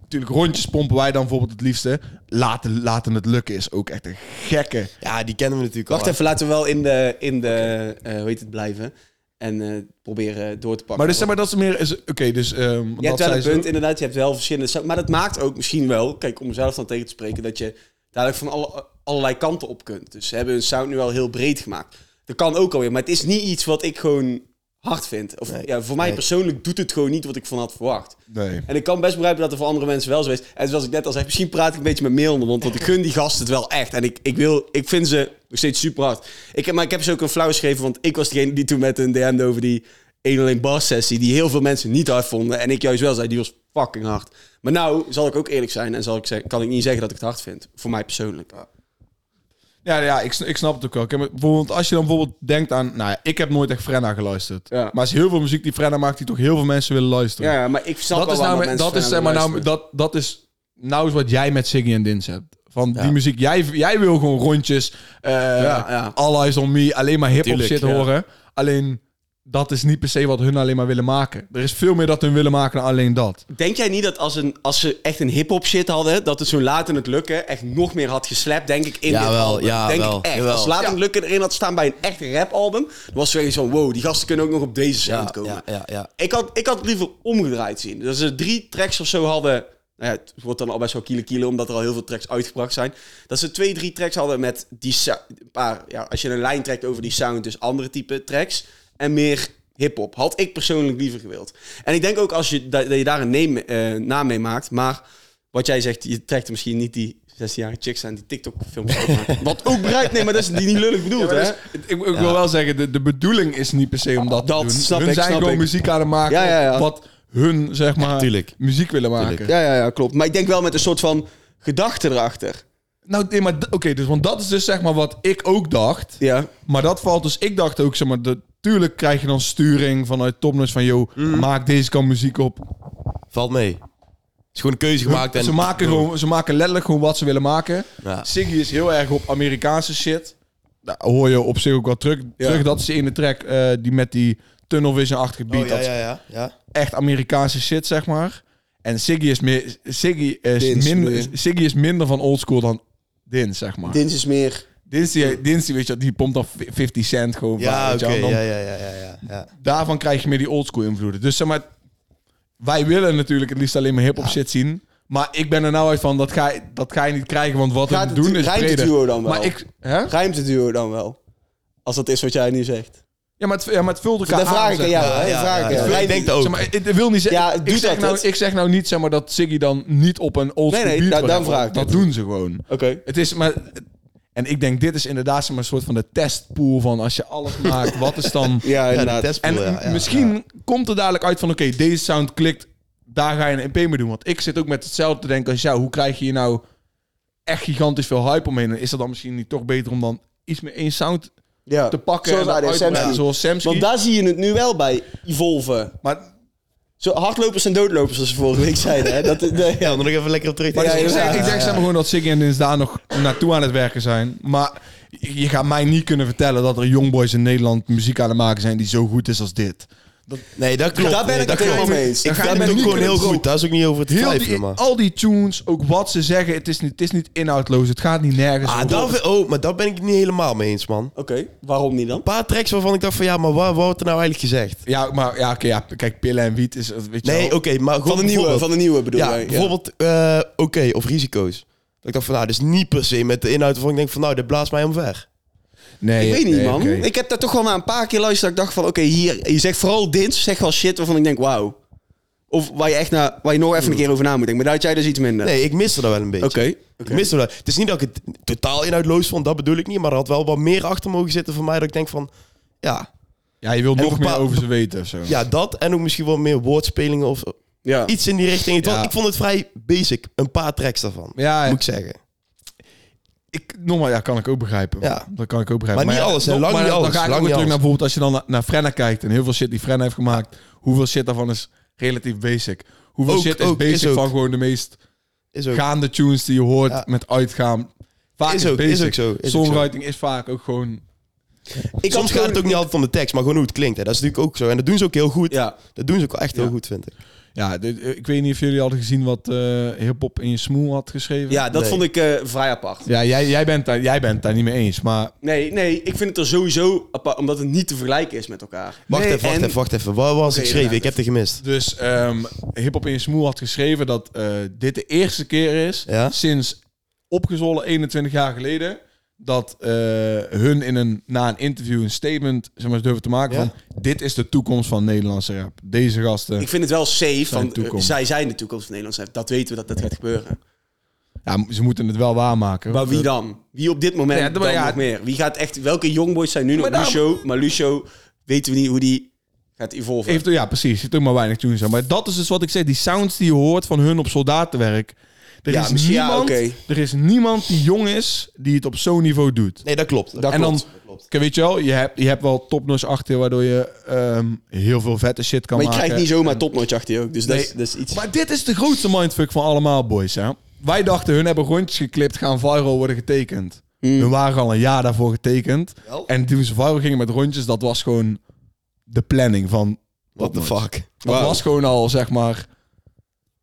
S1: natuurlijk rondjes pompen wij dan bijvoorbeeld het liefste. Laten, laten het lukken is ook echt een gekke.
S2: Ja, die kennen we natuurlijk
S3: Wacht
S2: al.
S3: even, laten we wel in de, in de eh, hoe heet het, blijven. En eh, proberen door te pakken.
S1: Maar dus zeg maar dat is meer is, oké, dus ehm, dat
S3: Je hebt wel
S1: zij
S3: een
S1: zo-
S3: punt, inderdaad. Je hebt wel verschillende... sa- Maar dat maakt ook misschien wel... Kijk, om mezelf dan tegen te spreken... dat je dadelijk van alle, allerlei kanten op kunt. Dus ze hebben hun sound nu wel heel breed gemaakt. Dat kan ook alweer. Maar het is niet iets wat ik gewoon hard vind. Of,
S2: Nee,
S3: ja, voor mij
S2: nee.
S3: persoonlijk doet het gewoon niet wat ik van had verwacht.
S1: Nee.
S3: En ik kan best begrijpen dat er voor andere mensen wel zo is. En zoals ik net al zei, misschien praat ik een beetje met mail onder, want, want ik gun die gasten het wel echt. En ik, ik, wil, ik vind ze nog steeds super hard. Ik heb, maar ik heb ze ook een flauw geschreven, want ik was degene die toen met een DM over die 1-1 bar sessie, die heel veel mensen niet hard vonden. En ik juist wel zei, die was fucking hard. Maar nou zal ik ook eerlijk zijn en zal ik zeggen, kan ik niet zeggen dat ik het hard vind. Voor mij persoonlijk.
S1: Ja, ja ik, sn- ik snap het ook wel. Ik heb het- bijvoorbeeld, als je dan bijvoorbeeld denkt aan... Nou ja, ik heb nooit echt Frenna geluisterd.
S3: Ja.
S1: Maar er is heel veel muziek die Frenna maakt... die toch heel veel mensen willen luisteren.
S3: Ja, maar ik snap
S1: dat
S3: wel
S1: is
S3: waar
S1: nou,
S3: mensen
S1: dat is
S3: van
S1: zeg maar nou,
S3: luisteren.
S1: dat, dat is nou eens wat jij met Siggy en Dins hebt. Van
S2: Ja.
S1: die muziek, jij, jij wil gewoon rondjes, eh
S3: Ja, ja.
S1: All Eyes On Me, alleen maar hip-hop
S2: Tuurlijk,
S1: shit
S2: ja.
S1: horen. Alleen, dat is niet per se wat hun alleen maar willen maken. Er is veel meer dat hun willen maken dan alleen dat.
S3: Denk jij niet dat als, een, als ze echt een hip-hop shit hadden, dat het zo'n Laten het Lukken echt nog meer had geslept, denk ik, in
S2: Ja,
S3: dit
S2: wel,
S3: album?
S2: ja,
S3: denk
S2: wel,
S3: ik echt.
S2: jawel.
S3: Als Laten het Lukken erin had staan bij een echt rapalbum, dan was het weer zo wow, die gasten kunnen ook nog op deze sound
S2: Ja,
S3: komen.
S2: ja, ja, ja.
S3: Ik, had, ik had het liever omgedraaid zien. Dus als ze drie tracks of zo hadden, nou ja, het wordt dan al best wel kilo kilo, omdat er al heel veel tracks uitgebracht zijn. Dat ze twee, drie tracks hadden met die sou- een paar, ja, als je een lijn trekt over die sound, dus andere type tracks. En meer hip-hop. Had ik persoonlijk liever gewild. En ik denk ook als je, dat, dat je daar een neem, eh, naam mee maakt, maar wat jij zegt, je trekt er misschien niet die 16-jarige chicks aan die TikTok-films opmaken. Wat ook bereikt, nee, maar [laughs] dat is die niet lullig bedoeld, hè?
S1: ik, ik wil wel zeggen, de, de bedoeling is niet per se om dat,
S3: Dat
S1: te doen.
S3: snap
S1: hun
S3: ik,
S1: zijn
S3: snap
S1: gewoon
S3: ik.
S1: muziek aan het maken
S3: Ja, ja, ja.
S1: wat hun zeg maar,
S2: tuurlijk.
S1: muziek willen maken.
S2: Tuurlijk.
S3: Ja, ja, ja, klopt. Maar ik denk wel met een soort van gedachte erachter.
S1: Nou, nee, maar d- oké, dus, want dat is dus zeg maar wat ik ook dacht.
S3: Ja.
S1: Maar dat valt dus, ik dacht ook, zeg maar, de, tuurlijk krijg je dan sturing vanuit Tomnus van, yo,
S2: Mm.
S1: maak deze kant muziek op.
S2: Valt mee. Het is gewoon een keuze gemaakt. En
S1: Ze maken, gewoon, ze maken letterlijk gewoon wat ze willen maken.
S2: Ja.
S1: Siggy is heel erg op Amerikaanse shit. Daar hoor je op zich ook wel terug.
S3: Ja.
S1: terug dat is in de track eh, die met die tunnel vision-achtige beat.
S2: Oh, ja,
S1: dat is
S2: ja, ja, ja.
S1: echt Amerikaanse shit, zeg maar. En Siggy is, meer, Siggy is,
S3: Dins, bedoel
S1: minder,
S3: je?
S1: Siggy is minder van oldschool dan Dins, zeg maar.
S3: Dins is meer...
S1: Dins, die, Dins die, weet je, wel, die pompt dan 50 cent gewoon.
S2: Ja,
S1: van, weet
S2: oké.
S1: je wel. Dan-
S2: Ja, ja, ja, ja, ja, ja.
S1: daarvan krijg je meer die oldschool invloeden. Dus zeg maar, wij willen natuurlijk het liefst alleen maar hip-hop shit zien. Maar ik ben er nou uit van, dat ga, je- dat ga je niet krijgen, want wat
S3: Gaat
S1: we
S3: het-
S1: doen is
S3: rijmt het
S1: breder.
S3: duo dan wel?
S1: Maar ik, hè?
S3: Rijmt het duo dan wel? Als dat is wat jij nu zegt.
S1: Ja, maar het, ja, maar het vult elkaar
S3: Daar vraag
S1: aan,
S3: ik
S1: zeg
S3: aan
S1: maar.
S3: jou. hè,
S2: ja,
S3: vraag
S2: ja,
S3: ik
S2: ja.
S3: aan jou.
S2: Ik denk dat ook.
S1: Zeg maar, ik, ik wil niet zeggen,
S3: Ja,
S1: ik,
S3: doet
S1: zeg
S3: dat
S1: nou,
S3: het?
S1: ik zeg nou niet zeg maar, dat Ziggy dan niet op een oldschool
S3: Nee, nee,
S1: beat
S3: da-
S1: wil
S3: dan
S1: rappen.
S3: vraag ik
S1: Dat
S3: het.
S1: doen ze gewoon.
S3: Oké.
S1: Het is maar... En ik denk, dit is inderdaad zeg maar, een soort van de testpool van als je alles maakt, wat is dan...
S3: [laughs] Ja,
S2: ja de
S3: inderdaad.
S2: testpool,
S1: En
S2: ja, ja,
S1: misschien
S2: ja.
S1: komt er dadelijk uit van... oké, deze sound klikt, daar ga je een EP mee doen. Want ik zit ook met hetzelfde te denken als jou. Hoe krijg je hier nou echt gigantisch veel hype omheen? En is dat dan misschien niet toch beter om dan iets meer één sound
S3: ja.
S1: te pakken...
S3: Zoals
S1: en dan
S3: ADSM
S1: uit te brengen,
S3: zie.
S1: zoals Samsky?
S3: Want daar zie je het nu wel bij Evolve.
S1: Maar
S3: Zo hardlopers en doodlopers, zoals we vorige week zeiden. Hè? Dat, [laughs] de,
S2: Ja, om er nog even lekker op terug te
S3: Maar
S1: Dus
S3: Ja,
S1: ik
S3: ja,
S1: zeg, ik
S3: ja,
S1: zeg zeg maar gewoon dat Siggy en Dins daar nog naartoe aan het werken zijn. Maar je gaat mij niet kunnen vertellen dat er jongboys in Nederland muziek aan het maken zijn... die zo goed is als dit.
S2: Nee, dat klopt.
S3: Daar ben
S2: Nee,
S3: ik
S2: dat
S3: het
S2: klopt.
S3: helemaal mee eens.
S2: Ik
S3: Daar
S2: vind
S3: ben
S2: het
S3: ik
S2: ook
S3: niet
S2: gewoon heel
S3: kunnen
S2: goed. Daar is ook niet over te
S1: Heel
S2: twijfelen,
S1: die, Oh,
S2: maar...
S1: al die tunes, ook wat ze zeggen, het is niet, het is niet inhoudloos. Het gaat niet nergens
S2: Ah,
S1: over.
S2: dat vind- oh, maar daar ben ik het niet helemaal mee eens, man.
S3: Oké, waarom niet dan?
S2: Een paar tracks waarvan ik dacht van... Ja, maar wat, wat wordt er nou eigenlijk gezegd?
S1: Ja, maar ja, oké, ja, kijk, pillen en wiet is, weet je
S2: Nee, oké,
S1: wel.
S2: maar gewoon
S3: Van de nieuwe,
S2: bijvoorbeeld-
S3: van de nieuwe bedoel
S2: Ja,
S3: jij?
S2: bijvoorbeeld eh, oké, of risico's. Dat ik dacht van, nou, dus niet per se met de inhoud waarvan ik denk van, nou, dit blaast mij omver.
S1: Nee,
S3: Ik weet niet,
S1: nee,
S3: man.
S1: oké.
S3: Ik heb daar toch wel maar een paar keer luisterd. Dat ik dacht van, oké, hier... Je zegt vooral Dins, zeg wel shit waarvan ik denk, wauw. Of waar je echt na, waar je nog even een keer over na moet denken. Maar daar had jij dus iets minder.
S2: Nee, ik miste dat wel een beetje.
S3: Oké.
S2: Ik miste dat. Het is niet dat ik het totaal inhoudloos vond, dat bedoel ik niet. Maar er had wel wat meer achter mogen zitten van mij dat ik denk van, ja,
S1: Ja, je wilt
S2: En
S1: nog
S2: bepaal-
S1: meer over ze weten of zo.
S2: ja dat en ook misschien wel meer woordspelingen of
S3: Ja.
S2: iets in die richting. Het was-
S1: Ja.
S2: ik vond het vrij basic, een paar tracks daarvan,
S1: Ja,
S2: moet ik zeggen.
S1: ik, nogmaals, ja, kan ik ook begrijpen.
S2: Ja.
S1: Dat kan ik ook begrijpen.
S2: Maar niet
S1: ja,
S2: alles, hè.
S1: nog-
S2: Lang
S1: maar
S2: niet
S1: dan
S2: alles.
S1: ga ik
S2: Lang
S1: ook
S2: niet
S1: weer terug naar
S2: alles.
S1: bijvoorbeeld als je dan na- naar Frenna kijkt en heel veel shit die Frenna heeft gemaakt, hoeveel shit daarvan is relatief basic. Hoeveel
S2: Ook,
S1: shit is
S2: ook, is
S1: basic
S2: ook.
S1: van gewoon de meest
S2: Is ook.
S1: gaande tunes die je hoort
S2: Ja.
S1: met uitgaan. Vaak
S2: Is
S1: is,
S2: ook- is
S1: basic.
S2: ook zo, is ook zo.
S1: Songwriting is vaak ook gewoon...
S3: Ik had
S2: Soms gaat het ook niet altijd om de tekst, maar gewoon hoe het klinkt. Hè. Dat is natuurlijk ook zo. En dat doen ze ook heel goed.
S3: Ja.
S2: Dat doen ze ook echt heel
S3: Ja.
S2: goed, vind ik.
S1: Ja, dit- ik weet niet of jullie hadden gezien wat eh Hiphop in je smoel had geschreven.
S3: Ja, dat
S2: Nee.
S3: vond ik eh, vrij apart.
S1: Ja, jij, jij, bent daar, jij bent het daar niet mee eens, maar...
S3: Nee, nee, ik vind het er sowieso apart, omdat het niet te vergelijken is met elkaar.
S2: Wacht
S1: Nee,
S2: even, wacht
S3: en-
S2: even, wacht even. Wat was
S3: Oké,
S2: geschreven? Ik
S3: inderdaad.
S2: heb het gemist.
S1: Dus ehm Hip Hop in je smoel had geschreven dat eh, dit de eerste keer is
S2: Ja.
S1: sinds opgezwollen 21 jaar geleden dat eh, hun in een, na een interview een statement zeg maar, durven te maken
S2: Ja.
S1: van dit is de toekomst van Nederlandse rap. Deze gasten.
S3: Ik vind het wel safe, want eh,
S1: toekomst.
S3: zij zijn de toekomst van Nederland. Dat weten we dat dat gaat gebeuren.
S1: Ja, ze moeten het wel waarmaken. Eh,
S3: Maar wie dan? Wie op dit moment
S1: Ja, dat-
S3: dan
S1: ja.
S3: nog meer? Wie gaat echt... Welke jongboys zijn nu nog?
S1: Maar daar-
S3: Lucio, maar Lucio weten we niet hoe die gaat evolven.
S1: Heeft, ja, precies. Zit ook maar weinig tunes aan. Maar dat is dus wat ik zeg. Die sounds die je hoort van hun op soldatenwerk. Er,
S3: Ja,
S1: is,
S3: misschien- ja,
S1: niemand,
S3: oké.
S1: er is niemand die jong is die het op zo'n niveau doet.
S2: Nee, dat klopt. Dat
S1: en
S2: klopt.
S1: dan, Kijk, weet je wel, je hebt, je hebt wel topnotch achter waardoor je ehm, heel veel vette shit kan
S3: maar je
S1: maken.
S3: krijgt niet zomaar topnotch achter je ook. Dus dat, is,
S1: Nee.
S3: dat is iets...
S1: Maar dit is de grootste mindfuck van allemaal, boys. Hè? Wij dachten, hun hebben rondjes geklipt, gaan viral worden getekend.
S3: Hmm.
S1: Hun waren al een jaar daarvoor getekend.
S2: Wel.
S1: En toen ze viral gingen met rondjes, dat was gewoon de planning van...
S2: What the
S1: Topnotch.
S2: fuck?
S1: Dat
S3: Wauw.
S1: was gewoon al, zeg maar,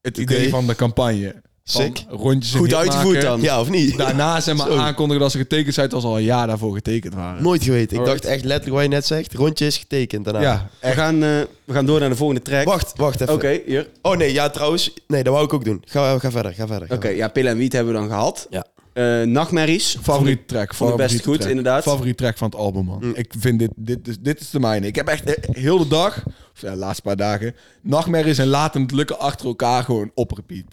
S1: het idee van de campagne. Van
S2: Sick.
S1: Rondjes een
S3: Goed
S1: hit
S3: uitgevoerd
S1: maken.
S3: dan.
S2: Ja, of niet?
S1: Daarna zijn maar
S2: Zo.
S1: aankondigen dat ze getekend zijn, terwijl ze al een jaar daarvoor getekend waren.
S2: Nooit geweten. Ik
S3: Alright.
S2: dacht echt letterlijk wat je net zegt. Rondje is getekend daarna.
S1: Ja,
S3: We gaan, eh, we gaan door naar de volgende track.
S2: Wacht, wacht
S3: Oké,
S2: even.
S3: hier.
S2: Oh nee, ja trouwens. Nee, dat wou ik ook doen. Ga, ga verder, ga verder. ga
S3: Oké, ja, pillen en wiet hebben we dan gehad.
S2: verder. Ja.
S3: Eh, nachtmerries.
S1: Favoriet track.
S3: vond ik best
S1: favoriete
S3: goed,
S1: track.
S3: inderdaad.
S1: Favoriet track van het album, man.
S2: Mm.
S1: Ik vind dit, dit, is, dit is de mijne. Ik heb echt eh, heel de dag, of ja, de laatste paar dagen, nachtmerries en laten het lukken achter elkaar gewoon op repeat.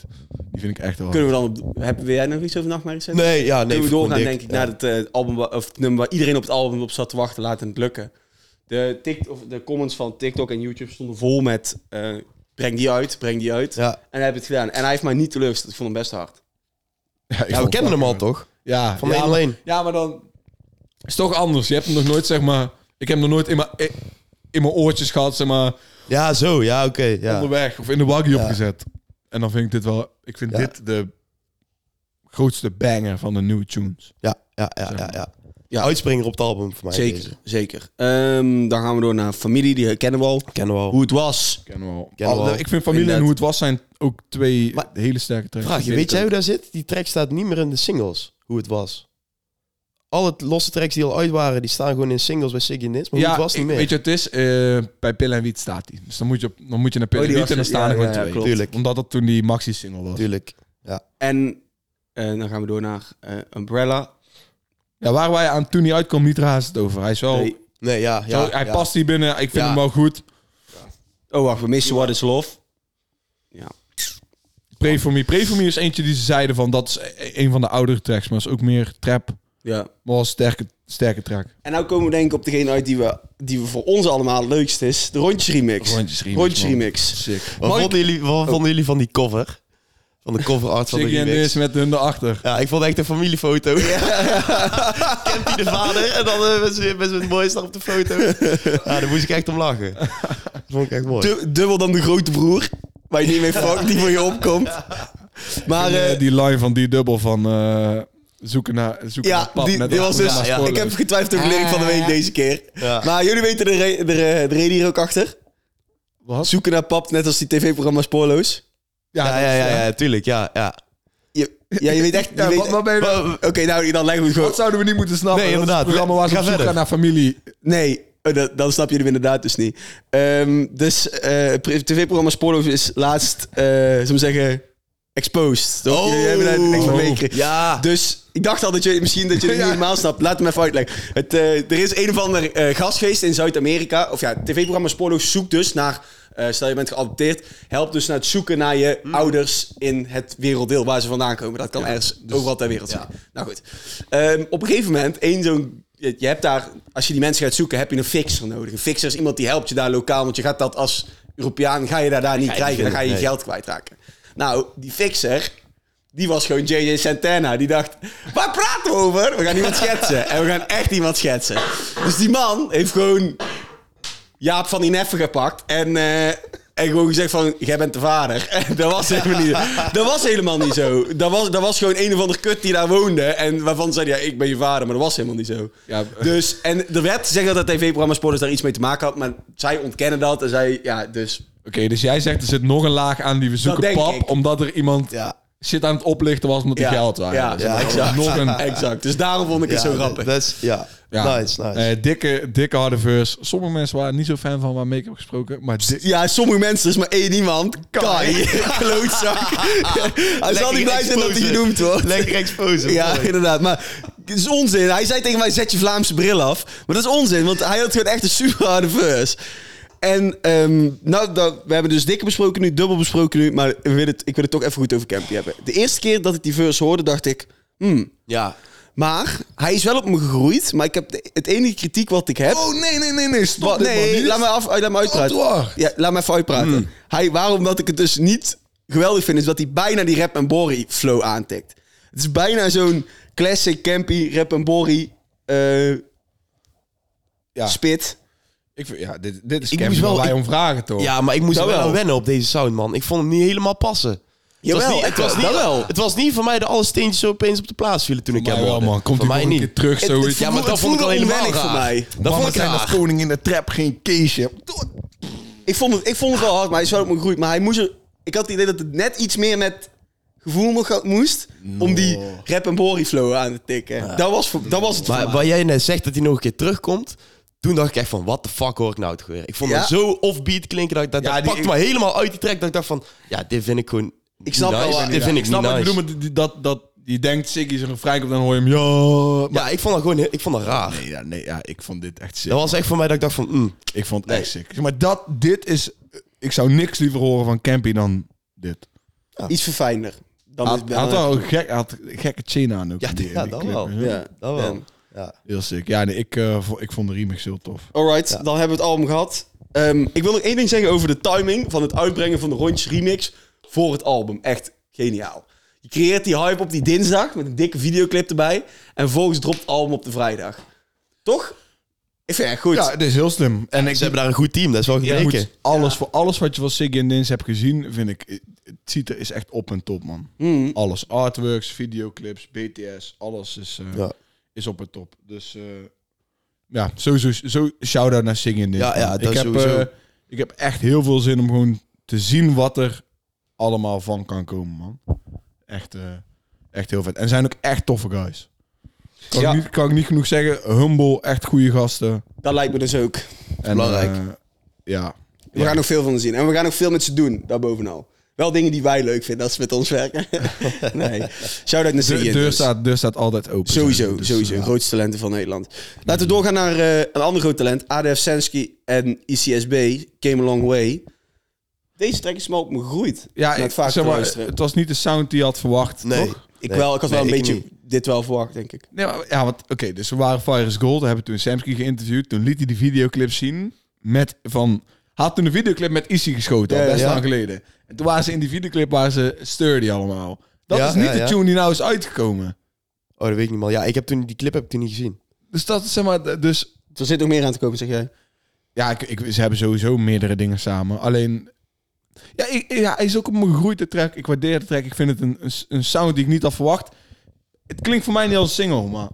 S1: Die vind ik echt wel.
S3: Kunnen we dan... Op, heb, wil jij nog iets over nachtmerries zeggen?
S2: Nee, ja, nee.
S3: Kunnen we
S2: gewoon
S3: doorgaan,
S2: dik.
S3: denk ik,
S2: Ja.
S3: naar het, eh, album, wa- of het nummer waar iedereen op het album op zat te wachten. Laten het lukken. De, Tik- of de comments van TikTok en YouTube stonden vol met eh, breng die uit, breng die uit.
S2: Ja.
S3: En hij heeft het gedaan. En hij heeft mij niet teleurgesteld. Ik vond hem best hard.
S1: [laughs] Ja, ik
S2: Ja, we
S1: vond-
S2: kennen hem al, toch?
S1: Ja,
S2: Van
S1: ja,
S2: één
S1: maar-
S2: alleen.
S1: Ja, maar dan is toch anders. Je hebt hem nog nooit, zeg maar. Ik heb hem nog nooit in mijn, in mijn oortjes gehad, zeg maar.
S2: Ja, zo. Ja, oké. ja.
S1: Onderweg of in de waggie
S2: Ja.
S1: opgezet. En dan vind ik dit wel. Ik vind
S2: Ja.
S1: dit de grootste banger van de nieuwe tunes.
S2: Ja, ja, ja, ja, ja.
S3: Ja.
S2: Uitspringer op het album voor mij. deze.
S3: Zeker, zeker. Ehm, dan gaan we door naar familie, die kennen we al.
S2: Kennen we al.
S3: Hoe het was.
S1: Kennen we al.
S2: Kennen we
S1: Al-
S2: al.
S1: Ik vind familie en
S3: Inderdaad.
S1: hoe het was zijn ook twee
S2: Maar-
S1: hele sterke tracks.
S2: Vraag je, weet jij hoe dat zit? Die track staat niet meer in de singles, hoe het was. Al het losse tracks die al uit waren, die staan gewoon in singles bij Siggy Nits, maar
S1: ja,
S2: hoe het was niet
S1: ik-
S2: meer.
S1: weet je, wat het is Eh, bij Pillen en Wiet staat die. Dus dan moet je, op, dan moet je naar Pillen
S3: Oh,
S1: en
S3: die
S1: Wiet en dan
S3: was-
S1: staan er
S3: ja,
S1: gewoon
S3: ja, ja,
S1: twee.
S3: klopt.
S2: Tuurlijk,
S1: Omdat dat toen die maxi-single was.
S2: tuurlijk.
S3: En eh, dan gaan we door naar eh, Umbrella.
S1: Ja, waar wij aan toen hij uitkwam, niet raast het over. Hij is wel...
S3: Nee.
S2: Nee, ja,
S1: zo-
S2: ja.
S1: hij
S2: ja.
S1: past hier binnen. Ik vind
S2: Ja.
S1: hem wel goed.
S3: Oh, wacht, we missen What is Love.
S1: Pray for me. Pray for me is eentje die ze zeiden van... Dat is e- een van de oudere tracks, maar is ook meer trap.
S3: Ja.
S1: Maar wel een sterke, sterke track.
S3: En nou komen we denk ik op degene uit die we, die we voor ons allemaal het leukst is. De Rondjes Remix.
S1: Rondjes remix,
S3: Rondjes
S1: man.
S3: Remix.
S1: Sick.
S2: Wat, vonden jullie, wat vonden jullie van die cover? Van de coverart van de
S1: Ziggy en
S2: remix?
S1: Dis met hun erachter.
S2: Ja, ik vond echt een familiefoto. [laughs] Kent hij de vader en dan eh, met z'n- met zijn mooiste op de foto. Ja, daar moest ik echt om lachen. Dat vond ik echt mooi.
S3: Du- dubbel dan de grote broer. Waar je niet mee fuck, die voor je opkomt. Maar
S1: En,
S3: eh,
S1: eh, die line van die dubbel van... eh, zoeken naar, zoeken naar
S3: ja,
S1: het pad.
S3: die,
S1: met
S3: die was
S1: achter-
S3: dus...
S1: naar
S3: ik heb
S1: spoorloos.
S3: getwijfeld over de lyric van de
S1: Ah.
S3: week deze keer.
S2: Ja.
S3: Maar jullie weten de, re- de, re- de reden hier ook achter.
S1: Wat?
S3: Zoeken naar pap, net als die tv-programma Spoorloos.
S2: Ja, ja, ja, ja, tuurlijk, ja, ja.
S3: Je, ja, je weet echt... je
S1: Ja,
S3: weet-
S1: wat, wat ben je nou-
S3: Oké, nou, dan leggen we het
S1: Wat
S3: gewoon...
S1: zouden we niet moeten snappen?
S2: Nee, inderdaad.
S1: Dat het programma was
S2: Ga
S1: op zoek
S2: verder.
S1: gaan naar familie.
S3: Nee, eh, dat, dan snap je hem inderdaad dus niet. Ehm, dus eh, pri- tv-programma Spoorloos is laatst, eh zullen we zeggen, exposed. Toch? Jullie hebben daar niks van
S1: Oh.
S3: meegekregen.
S2: Ja.
S3: Dus ik dacht al dat je misschien dat je het niet
S1: Ja.
S3: helemaal snapt. Laat me even uitleggen. Het, eh, er is een of ander eh gastgeest in Zuid-Amerika. Of ja, het tv-programma Spoorloos zoekt dus naar... eh, stel je bent geadopteerd, help dus naar het zoeken naar je ouders in het werelddeel waar ze vandaan komen. Dat kan ergens overal ter wereld zijn. Nou goed. Ehm, op een gegeven moment, één zo'n... Je je hebt daar, als je die mensen gaat zoeken, heb je een fixer nodig. Een fixer is iemand die helpt je daar lokaal, want je gaat dat als Europeaan, ga je daar, daar niet krijgen. Dan
S2: vinden,
S3: ga je je
S2: nee.
S3: geld kwijtraken. Nou, die fixer, die was gewoon JJ Santana. Die dacht, waar praten we over? We
S1: [laughs]
S3: gaan iemand schetsen. En we gaan echt iemand schetsen. Dus die man heeft gewoon Jaap van die neffen gepakt. En, eh, en gewoon gezegd van, jij bent de vader. [laughs] En dat was helemaal niet Dat was helemaal niet zo. Dat was, dat was gewoon een of ander kut die daar woonde. En waarvan zei hij, ja, ik ben je vader. Maar dat was helemaal niet zo.
S1: Ja,
S3: Dus, en er werd gezegd dat het tv-programma Sporters daar iets mee te maken had. Maar zij ontkennen dat. En zij, ja, dus...
S1: Oké, dus jij zegt er zit nog een laag aan die we zoeken
S3: denk
S1: pap,
S3: ik.
S1: omdat er iemand
S2: Ja.
S1: shit aan het oplichten was omdat hij
S3: Ja,
S1: geld waren.
S3: ja,
S1: Dus
S3: ja,
S1: er was
S3: exact.
S1: Nog een
S3: [laughs] Exact. Dus daarom vond ik het zo grappig.
S2: Dat is, ja.
S1: Ja.
S2: Nice, nice.
S1: eh, dikke, dikke harde verse. Sommige mensen waren niet zo fan van waarmee ik heb gesproken, maar dit...
S3: Ja, sommige mensen, er is maar één iemand. Kai. [laughs]
S2: Kai. [laughs]
S3: Klootzak. Hij zal niet blij zijn dat hij
S1: [laughs]
S3: genoemd wordt.
S2: Lekker exposen.
S3: Ja,
S2: mooi.
S3: inderdaad. Maar het is onzin. Hij zei tegen mij, zet je Vlaamse bril af. Maar dat is onzin, want hij had gewoon echt een super harde verse. En ehm, nou, dat, we hebben dus dikke besproken nu, dubbel besproken nu. Maar we willen het, ik wil het toch even goed over Campy hebben. De eerste keer dat ik die verse hoorde, dacht ik... Hmm,
S2: ja.
S3: maar hij is wel op me gegroeid. Maar ik heb de- het enige kritiek wat ik heb...
S1: Oh nee, nee, nee, nee, stop
S3: Wat-
S1: dit, man.
S3: nee,
S1: Dit
S3: laat
S1: is
S3: me, af, oh, laat me uitpraten.
S1: trottoir.
S3: Ja, laat me even uitpraten.
S1: Hmm.
S3: Hij, waarom dat ik het dus niet geweldig vind, is dat hij bijna die rap en bori flow aantikt. Het is bijna zo'n classic campy rap en bori eh,
S1: Ja.
S3: spit.
S1: Ik vind- ja, dit, dit is
S2: Ik
S1: Kevin
S2: moest
S1: waar
S2: wel-
S1: wij
S2: ik-
S1: om vragen, toch?
S2: ja, maar ik moest
S3: Dat
S2: wel,
S3: wel.
S2: aan wennen op deze sound, man. Ik vond hem niet helemaal passen.
S3: Jawel,
S2: het was niet, het
S3: echt
S2: was
S3: wel,
S2: niet,
S3: dat wel.
S2: Het was niet voor mij dat alle steentjes zo opeens op de plaats vielen toen
S1: Voor
S2: ik hem
S1: mij wel,
S2: hoorde.
S1: man. Komt
S2: voor
S1: hij
S2: mij
S1: gewoon een keer
S2: niet.
S1: terug,
S3: Het-
S1: zoiets.
S3: het
S1: ja,
S2: Ja, maar
S3: Het
S2: dat vond ik al
S3: voelde
S2: helemaal
S3: onwennig
S2: raar.
S3: voor mij.
S2: Dat vond ik
S1: zijn als
S2: raar.
S1: koning in de trap, geen keesje.
S3: Ik vond, het, ik vond het wel hard, maar hij is wel op me gegroeid. Maar hij moest er, ik had het idee dat het net iets meer met gevoel mo- moest om die rap en bori flow aan te tikken. Dat, was, voor- dat was het voor
S2: Maar
S3: mij.
S2: wat jij net zegt dat hij nog een keer terugkomt. Toen dacht ik echt van, what the fuck hoor ik nou toch weer? Ik vond
S3: Ja.
S2: hem zo offbeat klinken. Dat, ik- dat,
S1: Ja,
S2: dat
S1: die-
S2: pakt me helemaal uit die track. Dat ik dacht van, ja, dit vind ik gewoon niet
S3: snap
S2: nice.
S3: wel waar-
S2: Dit vind ik
S1: snap
S2: niet
S1: wat je
S2: nice.
S1: bedoelt, maar die- dat, dat, je denkt, Siggy is er een vrij op, dan hoor je hem, ja...
S2: Ja, ik vond dat gewoon, ik vond dat raar.
S1: Nee, ja, nee, ja, ik vond dit echt sick.
S2: Dat was echt voor mij dat ik dacht van, mm,
S1: Ik vond het echt sick. Maar dat, dit is... Ik zou niks liever horen van Campy dan dit.
S3: Iets verfijnder. Dan
S1: Hij
S3: is
S1: had, hij
S3: het
S1: had
S3: wel-
S1: wel een gek, hij had een gekke chain aan ook.
S2: Ja,
S1: die-
S2: ja,
S1: die
S2: dat
S1: clip.
S2: wel.
S3: ja,
S2: dat wel.
S3: ja.
S2: Ja.
S1: Heel sick. Ja, nee, ik, eh, vo- ik vond de remix heel tof.
S3: Alright, dan hebben we het album gehad. Ehm, ik wil nog één ding zeggen over de timing van het uitbrengen van de rondjes remix voor het album. Echt geniaal. Je creëert die hype op die dinsdag met een dikke videoclip erbij. En vervolgens dropt het album op de vrijdag. Toch? Ik vind het echt goed.
S1: Ja, dit is heel slim. En ik
S2: Ze hebben daar een goed team, dat is wel
S1: Ja,
S2: gebleken.
S1: goed, alles, voor alles wat je van Siggy en Dins hebt gezien, vind ik, het ziet er is echt op en top, man.
S3: Hmm,
S1: Alles. Artworks, videoclips, BTS, alles is, eh,
S2: Ja.
S1: is op en top. Dus eh, ja, sowieso zo, shout-out naar Siggy en Dins.
S2: Ja, ja,
S1: man.
S2: dat
S1: ik, heb,
S2: sowieso.
S1: eh, ik heb echt heel veel zin om gewoon te zien wat er allemaal van kan komen, man. Echt, eh, echt heel vet. En zijn ook echt toffe guys. Kan,
S3: Ja.
S1: ik, niet, kan ik niet genoeg zeggen. Humble, echt goede gasten.
S3: Dat lijkt me dus ook.
S1: En,
S2: Belangrijk.
S1: eh, ja.
S3: We gaan nog veel van ze zien. En we gaan nog veel met ze doen, daarbovenal. Wel dingen die wij leuk vinden als ze met ons werken. [laughs] nee. Shout-out
S1: De
S3: naar Ziggy.
S1: deur
S3: dus.
S1: staat, deur staat altijd open.
S3: Sowieso,
S1: Dus,
S3: sowieso.
S1: eh,
S3: Grootste talenten van Nederland. Laten we doorgaan naar eh, een ander groot talent. ADF Sensky en ICSB. Came a long way. Deze track is me op me gegroeid.
S1: ja,
S3: Na het
S1: ik,
S3: vaak
S1: zeg
S3: te
S1: maar,
S3: luisteren.
S1: het was niet de sound die je had verwacht,
S2: Nee.
S1: toch?
S3: Ik,
S2: Nee.
S3: wel, ik had wel
S2: Nee,
S3: een
S2: ik
S3: beetje
S2: niet.
S3: dit wel verwacht, denk ik.
S1: Nee, maar, ja, want oké, dus we waren Fire is Gold. Daar hebben we toen Samsky geïnterviewd. Toen liet hij die videoclip zien met van... hij Had toen een videoclip met Issy geschoten, al
S3: Ja,
S1: best
S2: ja.
S1: lang geleden. En toen waren ze in die videoclip waren ze sturdy allemaal. Dat
S2: Ja,
S1: is niet
S2: ja,
S1: de
S2: ja.
S1: tune die nou is uitgekomen.
S2: Oh, dat weet ik niet, man. Ja, ik heb toen, die clip heb ik toen niet gezien.
S1: Dus dat is, zeg maar, dus...
S3: Er zit nog meer aan te komen, zeg jij.
S1: Ja, ik, ik, ze hebben sowieso meerdere dingen samen. Alleen... Ja, ik, ja, hij is ook op me gegroeid, de track. Ik waardeer de track. Ik vind het een, een, een sound die ik niet had verwacht. Het klinkt voor mij niet als een single, maar...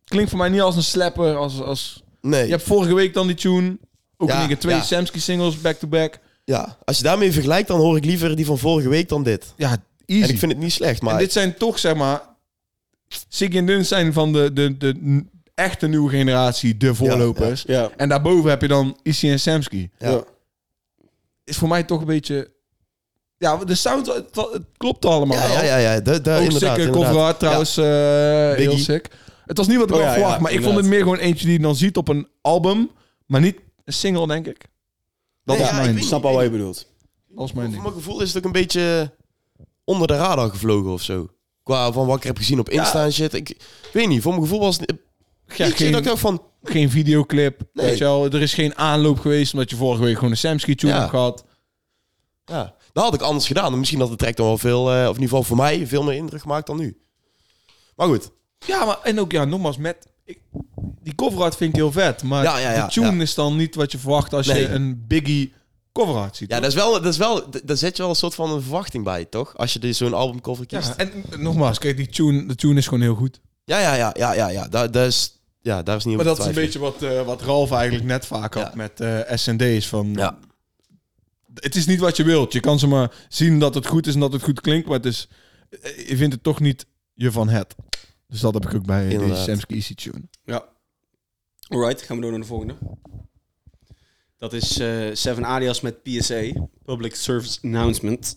S1: Het klinkt voor mij niet als een slapper, als... als
S2: Nee.
S1: Je hebt vorige week dan die tune. Ook
S2: Ja,
S1: in één keer twee
S2: ja.
S1: Samsky singles back-to-back.
S2: Ja, als je daarmee vergelijkt, dan hoor ik liever die van vorige week dan dit.
S1: Ja, easy.
S2: En ik vind het niet slecht,
S1: En
S2: maar...
S1: dit zijn toch, zeg maar... Siggy en Dun zijn van de, de, de n- echte nieuwe generatie, de voorlopers.
S3: Ja.
S1: En daarboven heb je dan Issy en Samsky.
S2: Ja.
S3: Ja.
S1: Is voor mij toch een beetje... Ja, de sound, het, het klopt allemaal
S2: Ja,
S1: wel.
S2: ja, ja, ja. Da, da,
S1: Ook
S2: inderdaad,
S1: sick eh, cover
S2: inderdaad.
S1: art trouwens, eh heel
S2: Biggie.
S1: sick. Het was niet wat ik
S3: Oh,
S1: had
S3: ja,
S1: verwacht,
S3: ja,
S1: maar ik vond
S3: inderdaad.
S1: het meer gewoon eentje die je dan ziet op een album, maar niet een single, denk ik. Dat
S2: Nee,
S1: was mijn,
S2: ja, ik
S3: Ik
S1: dat
S2: weet-
S3: snap al wat je bedoelt.
S1: was mijn
S2: Voor
S1: ding.
S2: mijn gevoel is het ook een beetje onder de radar gevlogen of zo. Qua van wat ik heb gezien op Insta en shit. Ik, ik weet niet, voor mijn gevoel was het...
S1: Ja,
S2: ik
S1: geen-
S2: dacht ook van,
S1: geen videoclip.
S2: Nee.
S1: Weet je wel, er is geen aanloop geweest omdat je vorige week gewoon een Samsky tune
S2: Ja.
S1: hebt gehad.
S2: ja, dat had ik anders gedaan. Misschien had de track dan wel veel, eh, of in ieder geval voor mij, veel meer indruk gemaakt dan nu. Maar goed,
S1: Ja, maar en ook ja, nogmaals met ik, die cover art vind ik heel vet, maar
S2: Ja, ja, ja,
S1: de tune
S2: ja.
S1: is dan niet wat je verwacht als
S2: Nee.
S1: je een Biggie cover art ziet.
S2: ja,
S1: toch?
S2: dat is wel, dat is wel, d- daar zet je wel een soort van een verwachting bij, toch? Als je dus zo'n albumcover kiest.
S1: ja, en eh, nogmaals, kijk die tune, de tune is gewoon heel goed.
S2: Ja, ja, ja, ja, ja, ja. Daar, daar is, ja, daar is niet
S1: Maar
S2: over
S1: dat is een
S2: te
S1: beetje wat, eh, wat Ralf eigenlijk net vaak had
S2: Ja.
S1: met eh S&D's van
S2: twijfelen. Ja.
S1: het is niet wat je wilt. Je kan ze maar zien dat het goed is en dat het goed klinkt, maar het is eh, je vindt het toch niet je van het. Dus dat heb ik ook bij deze
S2: Inderdaad.
S1: Samsky Easy Tune.
S3: Ja. Alright, gaan we door naar de volgende. Dat is eh Seven Adias met PSA. Public Service Announcement.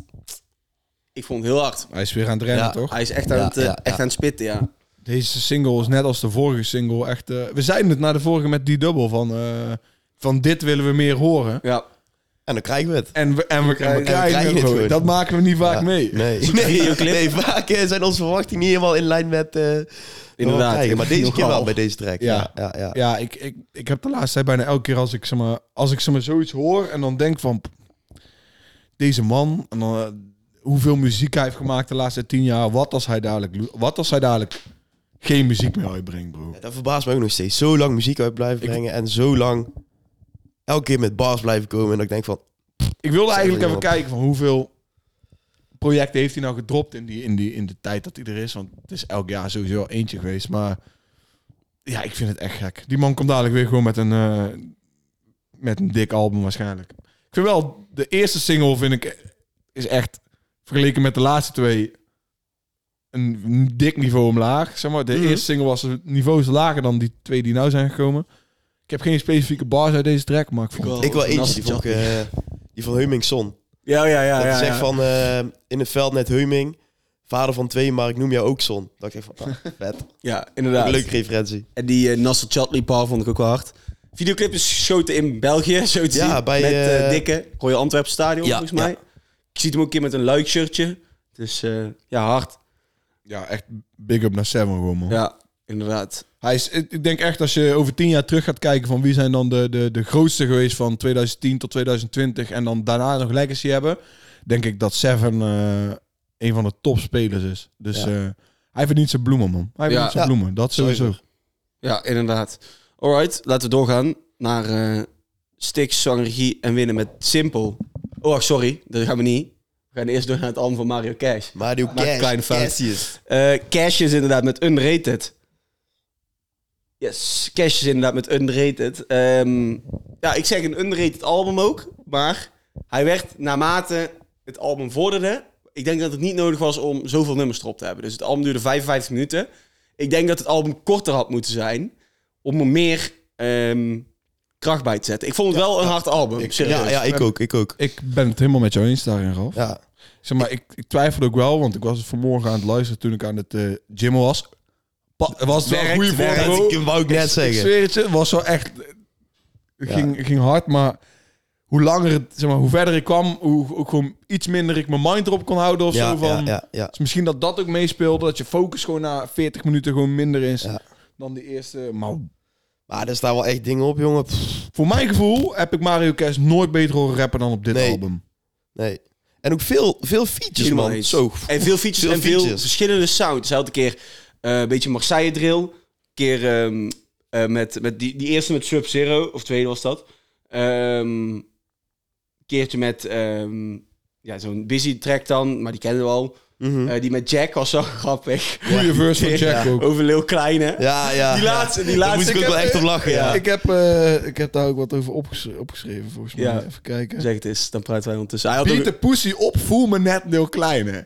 S3: Ik vond het heel hard.
S1: Hij is weer aan het rennen,
S2: Ja.
S1: toch?
S3: Hij is echt aan,
S2: Ja,
S3: het, eh,
S2: ja,
S3: echt
S2: ja.
S3: aan het spitten, ja.
S1: Deze single is net als de vorige single echt... eh, we zeiden het na de vorige met die dubbel van... eh, van dit willen we meer horen.
S3: Ja.
S2: En dan krijgen we het.
S1: En we, en we krijgen,
S2: we krijgen
S1: het
S2: het
S1: gewoon.
S2: gewoon.
S1: Dat maken we niet vaak
S2: Ja.
S1: mee.
S2: Nee. Nee, nee, vaak eh, zijn onze verwachtingen niet helemaal in lijn met... eh, wat we
S3: Inderdaad,
S2: krijgen. Maar deze keer
S3: nogal.
S2: wel bij deze track.
S1: Ja.
S2: Ja, ja, ja.
S1: Ja, ik, ik, ik heb de laatste tijd bijna elke keer als ik, ze maar, als ik ze maar zoiets hoor... en dan denk van... p- Deze man, en dan, eh, hoeveel muziek hij heeft gemaakt de laatste tien jaar. Wat als hij dadelijk, lo- wat als hij dadelijk geen muziek meer uitbrengt, bro.
S2: Dat verbaast me ook nog steeds. Zo lang muziek uit blijven brengen en zo lang elke keer met bars blijven komen. En dat ik denk van,
S1: Ik wilde eigenlijk even
S2: Zeg maar,
S1: kijken van hoeveel projecten heeft hij nou gedropt in, die, in, die, in de tijd dat hij er is. Want het is elk jaar sowieso wel eentje geweest. Maar ja, ik vind het echt gek. Die man komt dadelijk weer gewoon met een, eh, met een dik album waarschijnlijk. Ik vind wel, de eerste single vind ik is echt vergeleken met de laatste twee een dik niveau omlaag. Zeg maar. De
S2: Mhm.
S1: eerste single was niveaus lager dan die twee die nou zijn gekomen. Ik heb geen specifieke bars uit deze track, maar ik vond
S3: wel.
S2: ik wil
S3: een
S2: eentje
S3: Oh, nasty
S2: die van, eh die van Heuming Son.
S3: Ja, ja, ja.
S2: Dat
S3: ja,
S2: hij
S3: ja.
S2: zegt van, eh, in het veld net Heuming, vader van twee, maar ik noem jou ook Son. Dat ik denk van, ah, vet.
S3: ja,
S2: Ook
S3: inderdaad.
S2: een leuke referentie.
S3: En die eh Nasser Chatley paar vond ik ook wel hard. Videoclip is geschoten in België, [laughs] zo te
S2: Ja,
S3: zien.
S2: bij,
S3: met eh,
S2: eh,
S3: Dikke, Royal Antwerpen Stadion,
S2: Ja,
S3: volgens mij.
S2: ja.
S3: Ik zie hem ook een keer met een luik shirtje. Dus eh, ja, hard.
S1: Ja, echt big up naar Seven gewoon, man.
S3: Ja. Inderdaad.
S1: Hij is, ik ik denk echt als je over tien jaar terug gaat kijken van wie zijn dan de, de, de grootste geweest van 2010 tot 2020 en dan daarna nog legacy hebben, denk ik dat Seven eh, een van de topspelers is. Dus
S3: Ja.
S1: eh, hij verdient zijn bloemen, man. Hij verdient zijn
S2: Ja.
S1: bloemen, dat sowieso.
S3: Ja, inderdaad. Alright, laten we doorgaan naar eh Stix, Zangergie en winnen met Simpel. Oh, ach, sorry, dat gaan we niet. We gaan eerst door naar het album van Mario Cash.
S2: Mario
S3: Maak een
S2: Cash.
S3: kleine fout.
S2: Cassius.
S3: Eh, Cash is inderdaad met Unrated. Yes, Cash is inderdaad met Unrated. Ehm, ja, ik zeg een Unrated album ook, maar hij werd naarmate het album vorderde... Ik denk dat het niet nodig was om zoveel nummers erop te hebben. Dus het album duurde 55 minuten. Ik denk dat het album korter had moeten zijn om er meer ehm, kracht bij te zetten. Ik vond het wel een hard album, serieus.
S2: Ja, ja, ik ook, ik ook.
S1: Ik ben het helemaal met jou eens daarin, Ralf.
S2: Ja.
S1: Zeg maar, ik, ik twijfelde ook wel, want ik was vanmorgen aan het luisteren toen ik aan het eh, gym was. Pa- was het wel een
S3: Werkt,
S1: goede
S3: werkt.
S1: voorbereiding.
S2: Dat wou ik net
S1: Ik
S2: zeggen.
S1: zweer het je, het was zo echt... Het
S2: Ja.
S1: ging, het ging hard, maar hoe langer het, zeg maar, hoe verder ik kwam, hoe ook gewoon iets minder ik mijn mind erop kon houden of
S2: Ja,
S1: zo. Van,
S2: ja, ja, ja.
S1: Dus misschien dat dat ook meespeelde, dat je focus gewoon na 40 minuten gewoon minder is
S2: Ja.
S1: dan die eerste. Maar
S2: Maar er staan wel echt dingen op, jongen. Pff,
S1: voor mijn gevoel heb ik Mario Kers nooit beter horen rappen dan op dit
S2: Nee.
S1: album.
S2: nee. En ook veel, veel features,
S3: Helemaal
S2: man.
S3: eens.
S2: Zo.
S3: En veel features
S2: Veel
S3: en veel
S2: features.
S3: verschillende sounds. Hij had een keer eh, een beetje Marseille drill. Een keer ehm, eh, met, met die, die eerste met Sub-Zero, of tweede was dat. Ehm, een keertje met ehm, ja, zo'n busy track dan, maar die kennen we al.
S2: Mhm.
S3: Eh, die met Jack was zo [laughs] grappig.
S1: Goede verse van Jack ook.
S3: Over Lil Kleine.
S2: Ja, ja.
S3: Die laatste, die
S2: Daar moest
S3: laatste.
S2: ik ook wel echt op lachen, ja.
S1: Ik, heb, eh, ik heb daar ook wat over opgeschre- opgeschreven, volgens mij.
S3: Ja.
S1: Even kijken.
S3: Zeg het eens, dan praten wij ondertussen. Hij had
S1: Beat
S3: ook,
S1: de pussy op, voel me net heel klein, hè.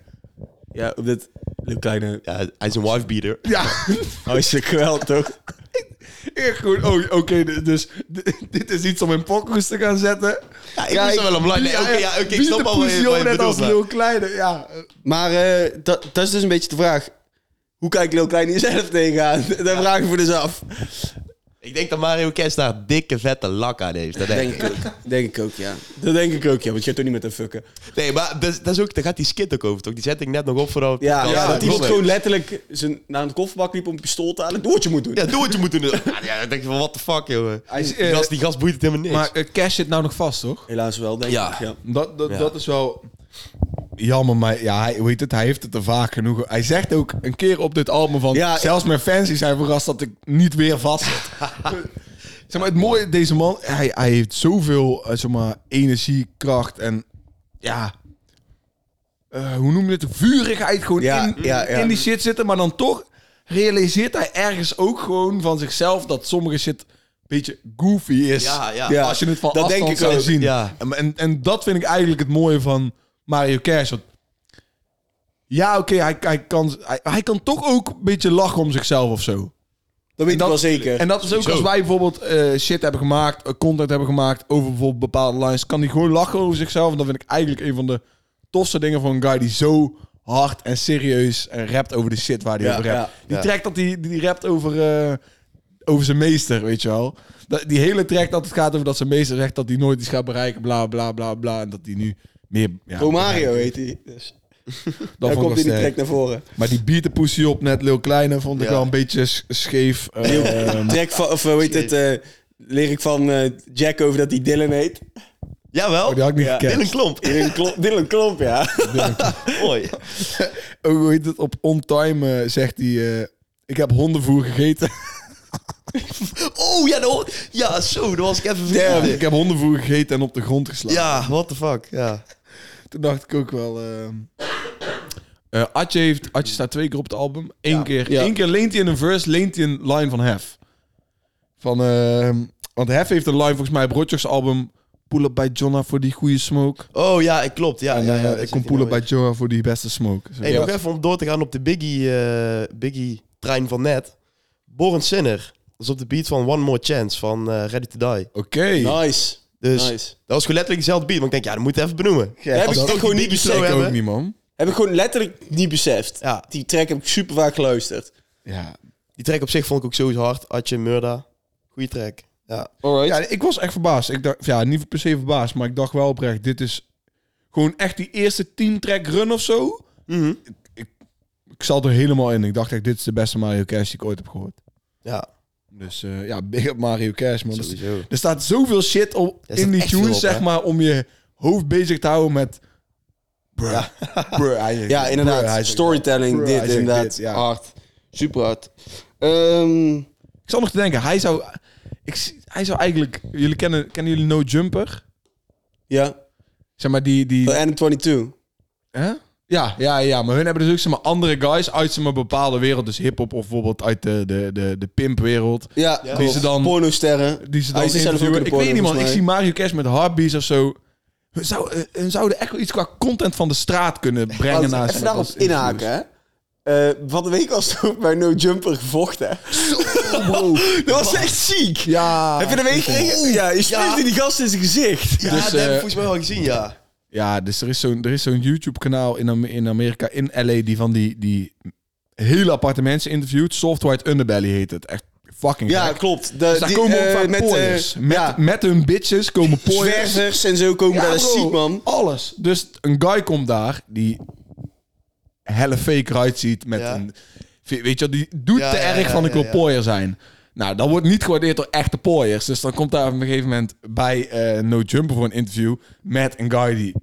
S3: ja, op dit Lil Kleine.
S2: Ja, hij is een wifebeater.
S1: [laughs] Ja,
S3: Oh, is het geweld, toch?
S1: ik gewoon, oh, oké, d- dus d- [laughs] dit is iets om in pokkers te gaan zetten.
S2: Ja, ik moest er wel om lachen. Nee, Oké, ja, oké, ik snap al wat je- wat je
S1: net als
S2: bedoelt. maar-
S1: heel kleine, ja.
S3: Maar eh, dat, dat is dus een beetje de vraag. Hoe kijkt Lil Klein hier [laughs] zelf tegenaan? Daar vragen we dus af.
S2: Ik denk dat Mario Kers daar dikke, vette lak aan heeft. Dat denk
S3: Denk ik
S2: ik.
S3: ook. Denk ik ook, ja. Dat denk ik ook, ja. Want je gaat toch niet met hem fucken.
S2: Nee, maar dat, is- dat is ook, daar gaat die skit ook over, toch? Die zet ik net nog op voor...
S3: Ja,
S1: ja,
S3: dat
S1: klopt.
S3: iemand gewoon letterlijk zijn, naar een kofferbak liep om een pistool te halen. Doe wat je moet doen.
S2: Ja, doe wat je
S1: [laughs]
S2: moet doen. Ja, ja, dan denk je van, what the fuck, jongen.
S1: Hij is,
S2: Die
S1: eh,
S2: gast, die gast boeit het helemaal niks.
S1: Maar het cash zit nou nog vast, toch?
S3: Helaas wel, denk
S2: Ja.
S3: ik. Ja.
S1: Dat, dat,
S2: Ja.
S1: dat is wel jammer, maar ja, hij, hoe heet het, hij heeft het er vaak genoeg. Hij zegt ook een keer op dit album van,
S3: Ja,
S1: zelfs mijn fans die zijn verrast dat ik niet weer vast [laughs] zit. zeg maar, het mooie, deze man, hij, hij heeft zoveel eh, zeg maar, energie, kracht en ja, eh, hoe noem je het, vurigheid gewoon
S3: Ja,
S1: in,
S3: ja, ja.
S1: in die shit zitten. Maar dan toch realiseert hij ergens ook gewoon van zichzelf dat sommige shit een beetje goofy is.
S2: Ja, ja.
S3: Ja.
S1: Als je het van
S3: Dat
S1: afstand
S3: denk ik
S1: zou
S3: ook.
S1: zien.
S2: Ja.
S1: En, en, en dat vind ik eigenlijk het mooie van Mario Kers. Want ja, oké, hij, hij, kan, hij, hij kan toch ook een beetje lachen om zichzelf of zo.
S3: Dat weet
S1: dat-
S3: ik wel zeker.
S1: En dat is ook
S2: Zo.
S1: als wij bijvoorbeeld eh, shit hebben gemaakt, eh, content hebben gemaakt over bijvoorbeeld bepaalde lines, kan hij gewoon lachen over zichzelf. En dat vind ik eigenlijk een van de tofste dingen van een guy die zo hard en serieus eh, rapt over de shit waar hij
S3: Ja,
S1: over rapt.
S3: ja,
S1: die
S2: ja.
S1: track dat hij die, die rapt over, eh, over zijn meester, weet je wel. Dat, die hele track dat het gaat over dat zijn meester zegt dat hij nooit iets gaat bereiken, bla bla bla bla. En dat hij nu meer... Ja,
S3: Bro Mario heet hij. Dus.
S1: dat
S3: Daar
S1: vond ik
S3: komt
S1: wel
S3: hij die
S1: sterk.
S3: track naar voren.
S1: Maar die beat de pussy op net Lil Kleine vond ik
S2: Ja.
S1: wel een beetje s- scheef.
S3: [laughs]
S1: Ehm,
S3: Track van, of eh, weet het, eh, leer ik van eh, Jack over dat hij Dylan heet.
S2: Jawel.
S1: Oh, die had ik niet
S3: Ja.
S1: gekend.
S2: Dylan Klomp.
S3: Dylan Klomp, Dylan Klomp ja.
S2: [laughs] Mooi.
S1: Oh, hoe heet het? Op on time eh, zegt hij... eh, ik heb hondenvoer gegeten.
S2: Oh, ja, dat hoor- ja, zo, dat was ik even
S1: [laughs]
S2: vergeten.
S1: ik heb hondenvoer gegeten en op de grond geslagen.
S2: Ja, what the fuck, ja.
S1: Toen dacht ik ook wel... ehm eh, Atje, heeft, Atje staat twee keer op het album. Eén keer,
S3: Ja.
S1: één keer leent hij in een verse, leent hij een line van Hef. Van, ehm, want Hef heeft een line volgens mij op Rodgers album... Pull up bij Jonna voor die goede smoke.
S2: Oh ja, ik klopt. Ja,
S1: en
S2: ja, ja,
S1: eh,
S2: dat
S1: ik
S2: zit
S1: kom
S2: hier
S1: pull up
S2: nou
S1: bij
S2: in.
S1: Jonna voor die beste smoke. Zo,
S2: Hey,
S1: ja.
S2: nog even om door te gaan op de Biggie, eh, Biggie-trein van net. Boren Sinner. Dat is op de beat van One More Chance van eh, Ready to Die.
S1: Oké.
S3: Nice.
S2: Dus
S3: Nice.
S2: dat was gewoon letterlijk dezelfde beat. Maar ik denk, ja, dat moet je even benoemen.
S3: Dat heb ik
S1: dat-
S3: echt gewoon niet
S2: die
S1: Ik
S2: Zo
S3: beseft.
S2: beat-
S1: ook
S2: hebben.
S1: niet, man.
S3: Heb ik gewoon letterlijk niet beseft.
S2: Ja.
S3: Die track heb ik super vaak geluisterd.
S1: Ja,
S2: Die track op zich vond ik ook sowieso hard. Atje, Murda. Goeie track. Ja.
S1: Ja, ik was echt verbaasd. Ik dacht, ja, niet per se verbaasd, maar ik dacht wel oprecht, dit is gewoon echt die eerste 10 track run of
S2: Mhm.
S1: zo. Ik zat er helemaal in. Ik dacht echt, dit is de beste Mario Kart die ik ooit heb gehoord.
S2: Ja,
S1: Dus eh, ja, big up Mario Cash, man. Dat is-
S2: sowieso.
S1: er staat zoveel shit op,
S2: Er
S1: in
S2: staat
S1: die
S2: echt veel
S1: tunes,
S2: op,
S1: zeg
S2: hè?
S1: maar, om je hoofd bezig te houden met... Bruh. Bruh, hij zegt-
S3: Ja,
S1: bruh, hij
S3: inderdaad.
S1: zegt-
S3: Storytelling,
S1: Bruh,
S3: dit,
S1: hij zegt
S3: inderdaad.
S1: dit, ja.
S3: Hard. Super hard. Ehm,
S1: Ik zat nog te denken, hij zou... Ik, zie- hij zou eigenlijk... Jullie kennen, kennen jullie No Jumper?
S3: ja. Oh,
S1: Zeg maar, die... die
S3: En 22.
S1: hè? Ja, ja, ja. Maar hun hebben dus ook zeg maar, andere guys uit zeg maar, bepaalde wereld. Dus hiphop of bijvoorbeeld uit de, de, de, de pimpwereld.
S3: Ja,
S2: Die
S3: klopt.
S1: ze dan-
S3: Pornosterren.
S1: Die ze dan
S3: Hij is Ah, zelf ook in de
S1: interviewen. Ik
S3: porno,
S1: weet niet, man. Ik
S3: volgens
S1: zie Mario Cash met Heartbeats of zo. Hun, zou, eh, hun zouden echt wel iets qua content van de straat
S3: [laughs]
S1: kunnen brengen.
S3: Als-
S1: naast
S3: even daarop
S1: dus-
S3: inhaken, hè. Eh, van de week was er ook bij No Jumper gevochten. hè. [laughs] Dat was echt ziek.
S1: Ja.
S3: Heb je de week gekregen? Ja, je spuugde die gast in zijn gezicht.
S2: Ja,
S1: Dus,
S2: dat heb
S1: eh,
S2: ik volgens mij al gezien, ja.
S1: Ja, dus er is zo'n er is zo'n YouTube-kanaal in, Am- in Amerika, in LA, die van die, die hele aparte mensen interviewt. Soft White Underbelly heet het. Echt fucking
S3: Ja,
S1: gek.
S3: klopt. eh,
S1: Dus daar komen ook vaak
S3: met, eh,
S1: met, pooiers. met, met hun bitches
S3: [laughs]
S1: komen pooiers.
S3: zwervers en zo komen daar.
S1: bro,
S3: ziek, man.
S1: Alles. Dus een guy komt daar die helle fake eruit ziet met
S2: Ja.
S1: een... Weet je, wel, die doet
S2: Ja,
S1: te
S2: ja,
S1: erg
S2: ja,
S1: van ik
S2: ja,
S1: wil
S2: ja.
S1: pooier zijn. Nou, dat wordt niet gewaardeerd door echte pooiers. Dus dan komt daar op een gegeven moment bij eh, No Jumper voor een interview met een guy die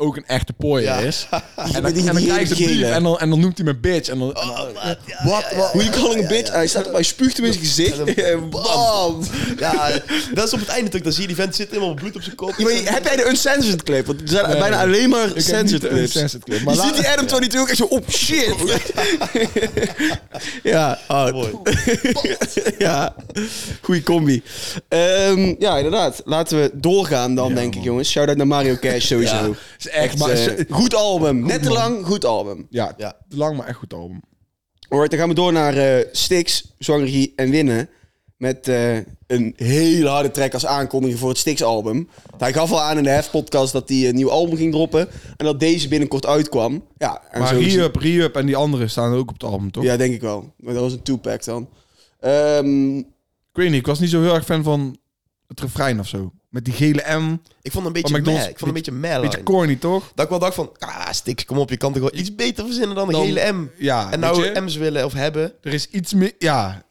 S1: ook een echte pooier
S2: Ja. [laughs]
S3: [laughs]
S1: is. En
S3: met
S1: dan,
S3: die
S1: en dan
S3: hele
S1: krijgt ze een brief
S3: gele. Oh,
S1: en dan, en dan noemt hij me bitch. En dan, en dan- wat? wat?
S3: Hoe je calling a bitch? Hij staat op, hij spuugt hem in zijn gezicht. En [laughs] bam.
S2: Ja, dat is op het einde natuurlijk. Dan zie je die vent zit helemaal met bloed op zijn kop.
S3: Ja, maar heb jij de uncensored clip? Want er zijn
S1: Nee.
S3: bijna alleen maar
S1: Ik heb niet
S3: censored
S1: de
S3: clips.
S1: uncensored clip, maar
S3: je
S1: laat-
S3: ziet die Adam 22 ook echt zo, oh shit. [laughs] ja, hard.
S2: Mooi.
S3: ja, goeie combi. Ehm, ja, inderdaad. Laten we doorgaan dan, denk ik, jongens. Shout-out naar Mario Cash sowieso.
S2: Ja,
S1: is echt, maar-
S3: eh, goed album. Net te lang, goed album.
S1: Ja,
S2: Ja.
S1: lang maar echt goed album.
S3: Alright, dan gaan we door naar eh Stix, Zwangerie en Winnen. Met eh, een hele harde track als aankondiging voor het Stix-album. Hij gaf al aan in de Hef-podcast dat hij een nieuw album ging droppen. En dat deze binnenkort uitkwam. Ja, en
S1: Maar
S3: zo is-
S1: Re-Up, Re-Up en die anderen staan ook op het album, toch?
S3: Ja, denk ik wel. Maar dat was een two-pack dan. Ehm,
S1: Ik weet niet, ik was niet zo heel erg fan van het refrein of zo. Met die gele M.
S2: Ik vond het een
S1: Van
S2: beetje
S1: McDonald's.
S2: meh. Ik vond het een beetje meh.
S1: Beetje
S2: line.
S1: corny, toch?
S2: Dat ik wel dacht van, ah, Stix, kom op. Je kan toch wel iets beter verzinnen dan een
S1: Dan-
S2: hele M.
S1: Ja,
S2: En
S1: weet je,
S2: nou M's willen of hebben.
S1: er is iets meer... Ja.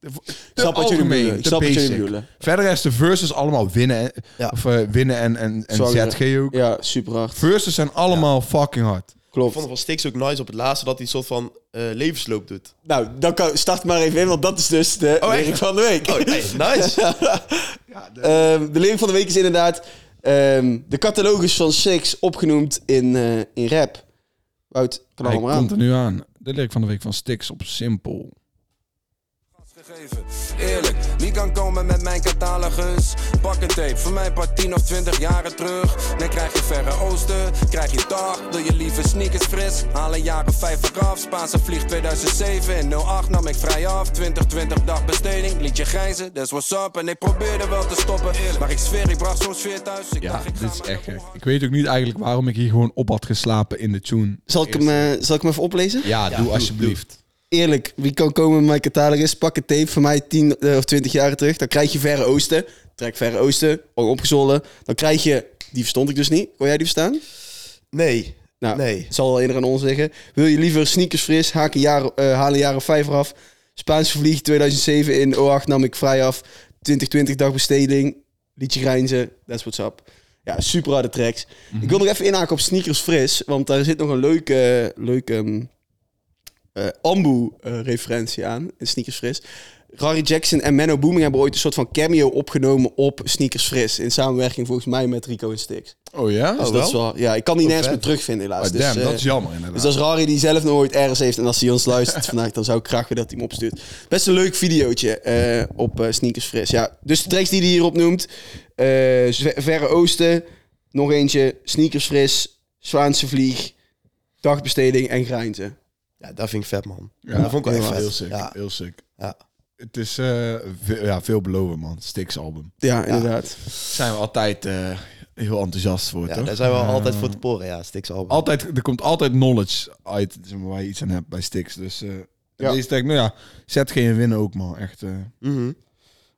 S1: Te
S3: snap wat jullie
S1: algemeen,
S3: bedoelen. Ik
S1: te
S3: snap wat jullie
S1: basic.
S3: bedoelen.
S1: Verder is de verses allemaal winnen, en-
S2: Ja.
S1: of, eh, winnen en, en, en
S3: Sorry.
S1: ZG ook.
S3: Ja, super hard.
S1: Verses zijn allemaal fucking hard.
S2: Ik
S3: Klopt.
S2: vond het van Stix ook nice op het laatste dat hij een soort van eh, levensloop doet.
S3: Nou, dan kan, start maar even in, want dat is dus de
S2: Oh, echt?
S3: lyric van de week.
S2: Oh, hey, [laughs] nice.
S3: Ehm, de lyric van de week is inderdaad ehm, de catalogus van Six opgenoemd in, eh, in rap. Wout, kan
S1: Hij
S3: allemaal
S1: komt er
S3: aan.
S1: nu aan. De lyric van de week van Stix op Simpel.
S4: gegeven. Eerlijk, wie kan komen met mijn catalogus? Pak een tape, voor mij part 10 of 20 jaren terug. Dan krijg je Verre Oosten, krijg je dag. Wil je lieve sneakers fris? Haal een jaren 5 eraf. Spaanse vlieg 2007 en 08 nam ik vrij af. 2020 dag besteding, liet je grijzen, that's what's up. En ik probeerde wel te stoppen, maar ik zweer, ik bracht soms veer thuis. Ik
S1: Ja,
S4: dacht, ik ga
S1: dit is
S4: maar
S1: echt
S4: naar
S1: gek. Ik weet ook niet eigenlijk waarom ik hier gewoon op had geslapen in de tune.
S3: Zal ik, hem, eh, zal ik hem even oplezen?
S1: Ja, doe alsjeblieft.
S3: Eerlijk, wie kan komen met mijn catalogus? Pak een tape van mij 10 eh, of 20 jaar terug. Dan krijg je Verre Oosten. Trek Verre Oosten, onopgezollen. Dan krijg je... Die verstond ik dus niet. Kon jij die verstaan?
S2: Nee.
S3: Nou,
S2: Nee.
S3: zal wel eerder aan ons liggen. Wil je liever sneakers fris, haken jaren, eh, halen jaren vijf eraf. Spaanse vlieg 2007 in O8 nam ik vrij af. 2020 dag besteding, liedje grijnzen, that's what's up. Ja, super harde tracks. Ik wil nog even inhaken op sneakers fris, want daar zit nog een leuke, leuke ehm, eh, Ambu-referentie aan in Sneakers Fris. Rari Jackson en Menno Booming hebben ooit een soort van cameo opgenomen op Sneakers Fris. In samenwerking volgens mij met Rico en Stix.
S1: Oh ja?
S3: Dus
S2: Oh,
S3: dat
S2: wel?
S3: is wel, ja, ik kan die nergens
S2: vet.
S3: meer terugvinden helaas.
S1: Ah,
S3: dus,
S1: damn,
S3: eh,
S1: dat is jammer inderdaad.
S3: dus als Rari die zelf nog ooit ergens heeft en als hij ons
S1: [laughs]
S3: luistert vandaag, dan zou ik graag weer dat hij hem opstuurt. Best een leuk videootje eh, op eh, Sneakers Fris. Ja, dus de tracks die hij hier opnoemt. eh, Zwe- Verre Oosten, nog eentje, Sneakers Fris, Zwaanse Vlieg, Dagbesteding en Grijnzen.
S2: Ja, dat vind ik vet, man.
S1: Ja,
S2: dat vond ik wel echt
S1: heel,
S2: vet.
S1: heel sick,
S2: Ja.
S1: heel sick.
S2: Ja.
S1: Het is eh veel, ja, veelbelovend, man. Stix album.
S3: Ja, inderdaad.
S1: zijn we altijd eh, heel enthousiast voor,
S2: Ja,
S1: toch?
S2: daar zijn we altijd voor te poren, ja. Stix album.
S1: Altijd, er komt altijd knowledge uit zeg maar, waar je iets aan hebt bij Stix. Dus eh
S3: Ja.
S1: deze denk nou ja, zet geen winnen ook, man. Echt eh,
S2: Mhm.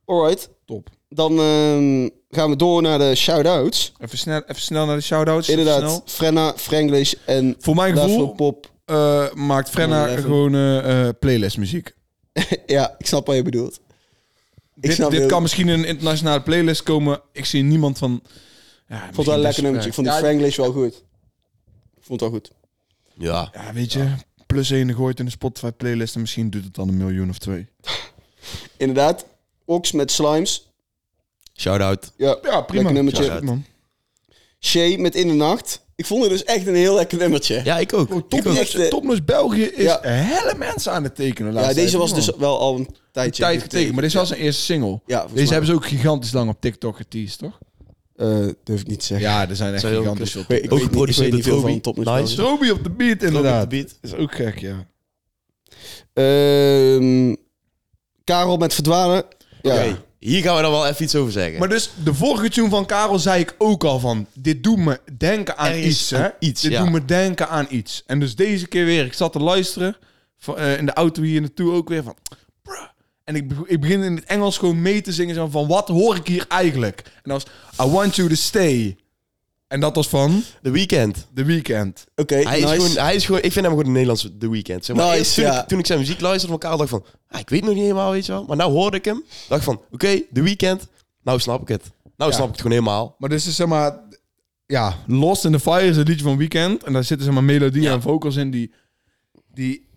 S3: Alright,
S1: top.
S3: dan ehm, gaan we door naar de shout-outs.
S1: Even snel, even snel naar de shout-outs. even
S3: Inderdaad,
S1: snel.
S3: Frenna, Franglish en
S1: Voor mijn
S3: Lafro
S1: gevoel
S3: Pop.
S1: eh, maakt Frenna
S3: Eleven.
S1: gewoon eh eh, playlistmuziek.
S3: ja, ik snap wat je bedoelt. Ik
S1: Dit,
S3: snap
S1: dit
S3: heel-
S1: kan misschien in een internationale playlist komen. Ik zie niemand van... Ja,
S3: Ik vond het wel een lekker
S1: misschien
S3: nummertje. Ik
S1: dus,
S3: vond die Franglish wel goed. Ik vond het wel goed.
S2: Ja.
S1: eh, Ja, weet je. Plus één gooit in de Spotify playlist en misschien doet het dan een miljoen of twee.
S3: Inderdaad, Ox met Slimes.
S2: Shout-out.
S3: Ja,
S1: Ja, prima.
S3: Lekker nummertje.
S1: Ja, man.
S3: Shay met In de Nacht. Ik vond het dus echt een heel lekker nummertje.
S2: Ja, ik ook.
S1: Bro,
S3: ook.
S1: topnos, topnos België is
S3: Ja.
S1: hele mensen aan het tekenen.
S3: Ja,
S1: laatst
S3: deze
S1: tijd,
S3: was
S1: man.
S3: dus wel al een
S1: een
S3: tijdje.
S1: tijd getekend. Maar deze was zijn eerste single.
S3: Ja,
S1: deze
S3: volgens mij.
S1: hebben ze ook gigantisch lang op TikTok geteased, toch?
S3: Eh, durf ik niet te zeggen.
S1: Ja, er zijn echt
S2: Zou heel
S1: gigantisch veel.
S3: Ik weet- ik
S2: Ook
S3: weet niet- ik weet
S2: geproduceerd
S3: niet
S2: door
S3: veel van
S2: Toby.
S3: Top
S2: Nice.
S3: Nice.
S1: Roby op de beat, inderdaad.
S2: Beat.
S1: Dat is ook gek, ja.
S3: Ehm, Karel met Verdwalen. Ja.
S2: Oké, hier gaan we dan wel even iets over zeggen.
S1: Maar dus, de vorige tune van Karel zei ik ook al van... Dit doet me denken aan
S2: Er is
S1: iets, hè?
S2: aan iets,
S1: dit
S2: ja.
S1: doet me denken aan iets. En dus deze keer weer, ik zat te luisteren... Van, eh, in de auto hier naartoe ook weer van... bruh. En ik, be- ik begin in het Engels gewoon mee te zingen... Zo van, wat hoor ik hier eigenlijk? En dat was... I want you to stay. En dat was van
S2: The Weeknd.
S1: The Weeknd.
S3: Oké,
S2: Hij,
S3: nice.
S2: is gewoon, hij is gewoon... Ik vind hem gewoon een Nederlandse The Weeknd. Zeg maar,
S3: Nice,
S2: eerst toen,
S3: ja.
S2: ik, toen ik zijn muziek luisterde van Karel, dacht ik van... ah, ik weet nog niet helemaal, weet je wel. Maar nou hoorde ik hem. Dacht ik van, oké, The Weeknd. Nou snap ik het. Nou snap ik het gewoon helemaal.
S1: Maar dus is zeg maar... Ja, Lost in the Fire is een liedje van Weekend. En daar zitten zeg maar melodieën en vocals in die... Die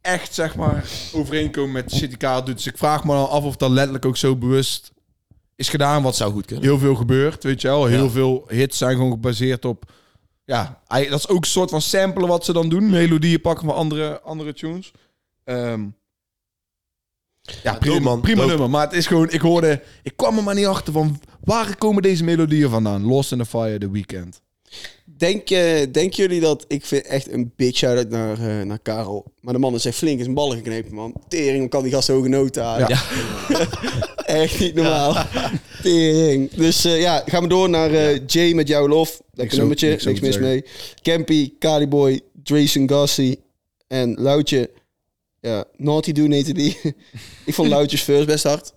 S1: echt zeg maar overeenkomen met City Car doet. Dus ik vraag me dan af of dat letterlijk ook zo bewust is gedaan. Wat
S2: Zou goed kunnen.
S1: heel veel gebeurt, weet je wel. Heel
S2: Ja.
S1: veel hits zijn gewoon gebaseerd op... Ja, ei- dat is ook een soort van samplen wat ze dan doen. Melodieën pakken van andere, andere tunes. Ehm, ja, prima,
S2: dope, man.
S1: prima
S2: Dope.
S1: nummer. Maar het is gewoon... Ik hoorde... Ik kwam er maar niet achter van... Waar komen deze melodieën vandaan? Lost in the Fire, The Weeknd.
S3: Denk, je- denken jullie dat... Ik vind echt een big shout-out naar, eh, naar Karel. Maar de man is echt flink in zijn ballen geknepen, man. Tering, hoe kan die gast hoge noten halen?
S1: Ja.
S3: [laughs] echt niet normaal. Tering. Dus eh, ja, gaan we door naar eh, Jay met jouw lof.
S1: Niks
S3: Lekker
S1: zo-
S3: nummertje,
S1: niks
S3: niks,
S1: over
S3: mis
S1: te zeggen.
S3: mee. Campy, Caliboy, Drayson Gassi en Loutje. Ja, Naughty Do heette die. [laughs] ik vond Loutjes first best hard.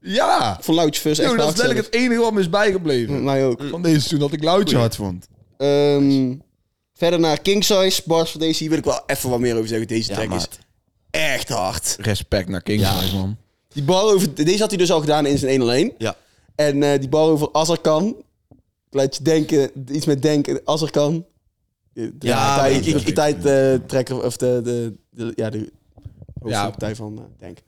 S1: Ja!
S3: Ik vond Loutjes first
S1: Yo,
S3: echt
S1: dat
S3: hard.
S1: is letterlijk
S3: zelf.
S1: het Mm. enige wat me is
S2: Mm.
S1: bijgebleven.
S3: Mij ook.
S1: Van deze toen dat ik Loutje hard vond.
S3: Ehm, verder naar King Size. Bars voor deze. Hier wil ik wel even wat meer over zeggen. Deze track is
S2: maat.
S3: echt hard.
S1: Respect naar King Size, man.
S3: Die bar over, deze had hij dus al gedaan in zijn 1 alleen.
S2: Ja.
S3: En eh, die bar over Azarkan. Ik laat je denken, iets met denken. Azarkan. De, de
S2: Ja,
S3: partij,
S2: weet ik.
S3: de partij, eh, trekker, of de, de, de- ja, de
S1: Ja.
S3: ja. partij van eh, Denk.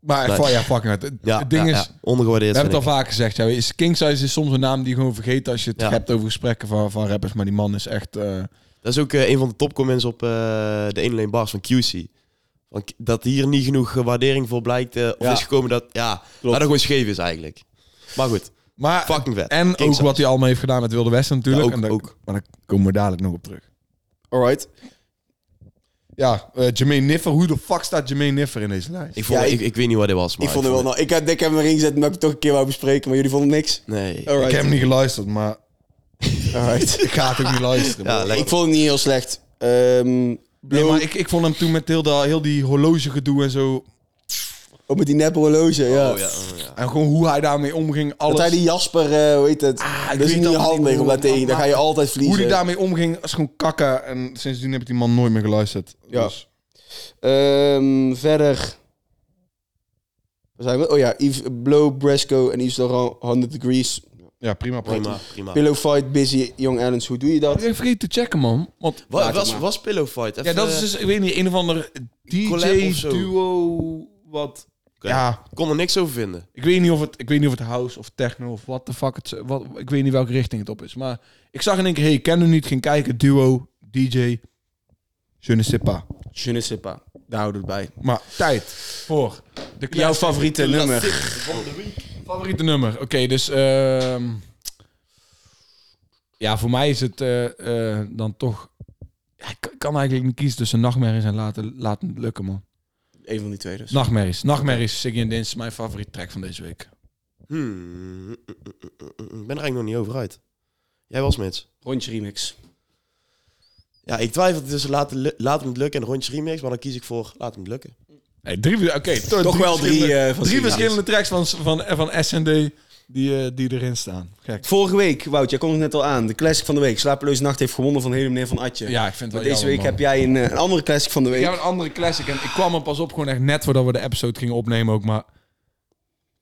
S1: Maar
S2: Nee.
S1: van, ja, fucking hard. Het-
S2: Ja,
S1: het ding
S2: ja,
S1: is...
S2: ja. Ondergewaardeerd.
S1: We hebben
S2: vind
S1: het al vaak gezegd. Ja, is- King Size is soms een naam die je gewoon vergeet als je het
S2: Ja.
S1: hebt over gesprekken van, van rappers. Maar die man is echt... eh,
S2: ik. Dat is ook eh, een van de topcomments op eh, de 1 lane bars van QC. Van, k- dat hier niet genoeg eh, waardering voor blijkt. eh, of
S3: Ja.
S2: is gekomen dat... Ja, dat het gewoon scheef is eigenlijk. Maar goed.
S1: maar,
S2: Fucking vet.
S1: En
S2: King
S1: ook
S2: Size.
S1: wat hij allemaal heeft gedaan met Wilde Westen natuurlijk.
S2: Ja, ook,
S1: en daar-
S2: ook.
S1: Maar daar komen we dadelijk nog op terug.
S3: Alright.
S1: Ja, eh Jermaine Niffer. Hoe de fuck staat Jermaine Niffer in deze lijst?
S2: Ik, vond,
S3: Ja,
S2: ik,
S3: ik-
S2: ik, weet niet wat dit was. Maar
S3: ik vond het wel... Nou, ik had- ik heb hem erin gezet omdat ik het toch een keer wou bespreken. Maar jullie vonden niks.
S2: Nee.
S1: Ik
S3: Alright.
S1: heb hem niet geluisterd,
S2: [laughs]
S1: maar
S3: Alright.
S1: [laughs] ik ga het ook niet luisteren.
S2: Ja,
S1: bro.
S2: lekker.
S3: Ik vond het niet heel slecht. Ehm
S1: Nee, maar ik, ik vond hem toen met heel, dat, heel die horlogegedoe en zo.
S3: Ook oh, met die neppe horloge, ja.
S2: Oh, ja, oh, ja.
S1: En gewoon hoe hij daarmee omging. Alles.
S3: Dat hij die Jasper, eh, hoe heet het?
S1: ik
S3: dat is
S1: weet
S3: niet
S1: dat niet
S3: handig om
S1: hoe-
S3: daar tegen. Dan ga je altijd
S1: hoe
S3: verliezen.
S1: hij daarmee omging, is gewoon kakken. En sindsdien heb ik die man nooit meer geluisterd.
S3: Ja.
S1: Dus-
S3: Ehm, verder. Waar zijn we? Oh ja, Yves Blow, Bresco en Yves Laurent, 100 Degrees.
S1: ja, prima. prima.
S2: Prima, prima.
S3: Pillow Fight, Busy, Young Allens. Hoe doe je dat?
S1: Ik vergeet te checken, man. Want
S2: Wa-
S3: Laat het
S2: was,
S3: maar.
S2: was Pillow Fight?
S1: ja,
S2: Even,
S1: dat is dus, ik weet niet, een of ander
S2: Eh, Collab of zo.
S1: DJ-duo wat...
S2: Oké.
S1: Ja,
S2: Ik kon er niks over vinden.
S1: ik weet, niet of het, ik weet niet of het house of techno of wat de fuck het... Wat, ik weet niet welke richting het op is. Maar ik zag in één keer, hey, ik ken hem niet, ging kijken, duo, DJ, je ne sais pas.
S3: Je ne sais pas. Daar houden we het bij.
S1: Maar tijd voor de
S3: Jouw favoriete nummer.
S1: favoriete nummer. Oké, dus... ehm, ja, voor mij is het eh, eh, dan toch... Ja, ik kan- kan eigenlijk niet kiezen tussen nachtmerries en laten, laten het lukken, man.
S3: Eén van die twee dus.
S1: Nachtmerries. Nachtmerries, Siggy en Dins, mijn favoriete track van deze week.
S2: Hmm. Ik ben er eigenlijk nog niet over uit. Jij was Mits.
S3: Rondje remix.
S2: Ja, ik twijfel tussen laten, lu- laten het lukken en rondje remix, maar dan kies ik voor laten het lukken.
S1: Hey, drie, oké, toch
S3: Toch wel drie,
S1: verschillende-
S3: eh, van
S1: drie
S3: Siggy en
S1: verschillende tracks eh, van, van, van SND. die, eh, die erin staan. Gek.
S3: Vorige week, Wout, jij kon het net al aan. De classic van de week. Slapeloze Nacht heeft gewonnen van de hele meneer Van Atje.
S1: Ja, ik vind het wel
S3: Maar deze
S1: jammer,
S3: week
S1: man.
S3: heb jij een, eh, een andere classic van de week.
S1: Ik heb een andere classic en ik kwam er pas op gewoon echt net voordat we de episode gingen opnemen ook, maar...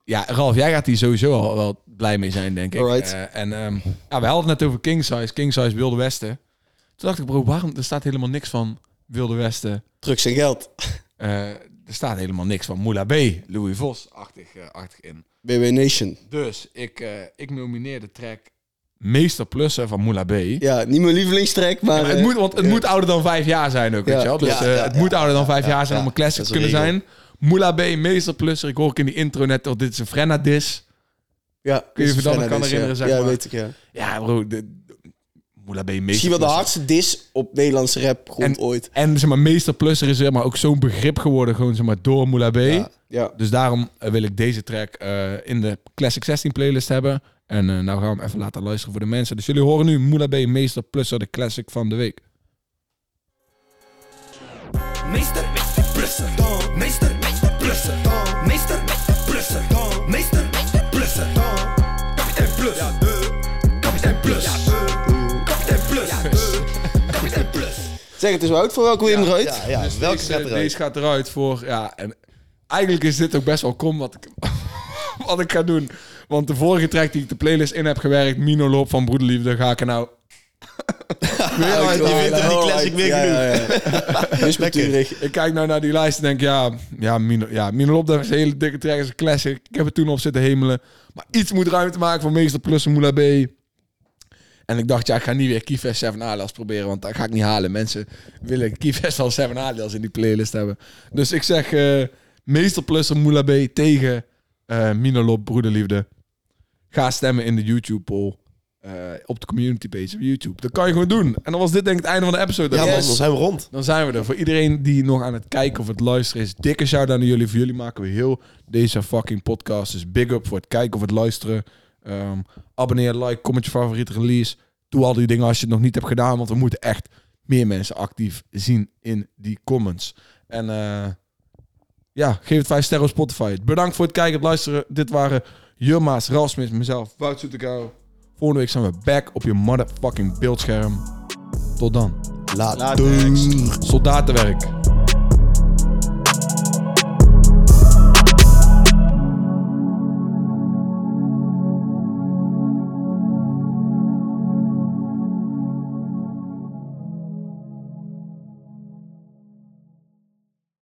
S1: Ja, Ralf, jij gaat hier sowieso al wel blij mee zijn, denk ik.
S3: Alright.
S1: Eh, en ehm, ja, we hadden het net over King Size, King Size Wilde Westen. Toen dacht ik, bro, waarom, er staat helemaal niks van Wilde Westen.
S3: Drugs en geld.
S1: Eh, er staat helemaal niks van Moula B, Louis Vos-achtig eh, achtig in.
S3: BW Nation.
S1: Dus ik, eh, ik nomineer de track Meester Plussen van Moula B.
S3: Ja, niet mijn lievelingstrek, maar...
S1: Maar het
S3: eh,
S1: moet, want het moet ouder dan vijf jaar zijn ook, weet
S3: Ja,
S1: je wel. Dus
S3: ja,
S1: eh,
S3: ja,
S1: het
S3: ja,
S1: moet ouder dan vijf jaar zijn
S2: ja,
S1: om een classic
S2: dat
S1: te
S2: is een
S1: kunnen zijn. Moula B, Meester Plusser. Ik hoor ook in die intro net al, dit is een Frenna dis.
S3: ja,
S1: kun je
S3: is
S1: je dan
S3: Frenna
S1: kan
S3: dus,
S1: herinneren,
S3: ja.
S1: zeg
S3: ja,
S1: maar.
S3: weet ik, ja.
S1: Ja bro, de, Moula B, Meester
S3: Misschien wel de
S1: Plusser.
S3: hardste dis op Nederlandse rap grond
S1: En-
S3: ooit.
S1: En zeg maar, Meester Plusser is zeg maar, ook zo'n begrip geworden gewoon, zeg maar, door Moula B.
S3: Ja, ja.
S1: Dus daarom eh, wil ik deze track eh, in de Classic 16 playlist hebben. En eh, nou gaan we hem even laten luisteren voor de mensen. Dus jullie horen nu Moula B, Meester Plusser, de classic van de week.
S5: Meester, meester, plussen. Meester, meester, plussen. Meester, meester, plussen. Meester, meester, plussen. Kapitein Plus. Kapitein Plus. Kapitein Plus. Kapitein Plus.
S3: Zeg, het is Wout, voor welke win eruit?
S2: Ja, ja. welke
S1: Dus deze,
S2: gaat eruit?
S1: deze gaat eruit voor. Ja, en eigenlijk is dit ook best wel kom wat ik, [laughs] wat ik ga doen. Want de vorige track die ik de playlist in heb gewerkt, Mino Loop van Broederliefde, ga ik er nou.
S2: Ja, want je wint er die classic weer genoeg.
S1: [laughs]
S3: Dus natuurlijk.
S1: Ik kijk nou naar die lijst en denk, ja, ja, Mino, ja, Mino Loop, dat is een hele dikke track, is een classic. Ik heb het toen op zitten hemelen. Maar iets moet ruimte maken voor Meester Plus en Moula B. En ik dacht, ja, ik ga niet weer Keyfest 7 Alias proberen, want dat ga ik niet halen. Mensen willen Keyfest van 7 Alias in die playlist hebben. Dus ik zeg eh, Meester Plusser Moula B tegen eh Minolop Broederliefde. Ga stemmen in de YouTube poll. eh, op de community page op YouTube. Dat kan je gewoon doen. En dan was dit denk ik het einde van de episode.
S2: Ja,
S1: Dan-
S2: man, dan zijn we rond.
S1: Dan zijn we er. Voor iedereen die nog aan het kijken of het luisteren is, dikke shout-out aan jullie. Voor jullie maken we heel deze fucking podcast. Dus big up voor het kijken of het luisteren. Ehm, abonneer, like, comment je favoriete release. Doe al die dingen als je het nog niet hebt gedaan, want we moeten echt meer mensen actief zien in die comments. En eh, ja, geef het 5 sterren op Spotify. Bedankt voor het kijken, het luisteren. Dit waren Jumma's, Rasmus, mezelf, Wout Soetekau. Volgende week zijn we back op je motherfucking beeldscherm. Tot dan.
S3: Later.
S1: Soldatenwerk.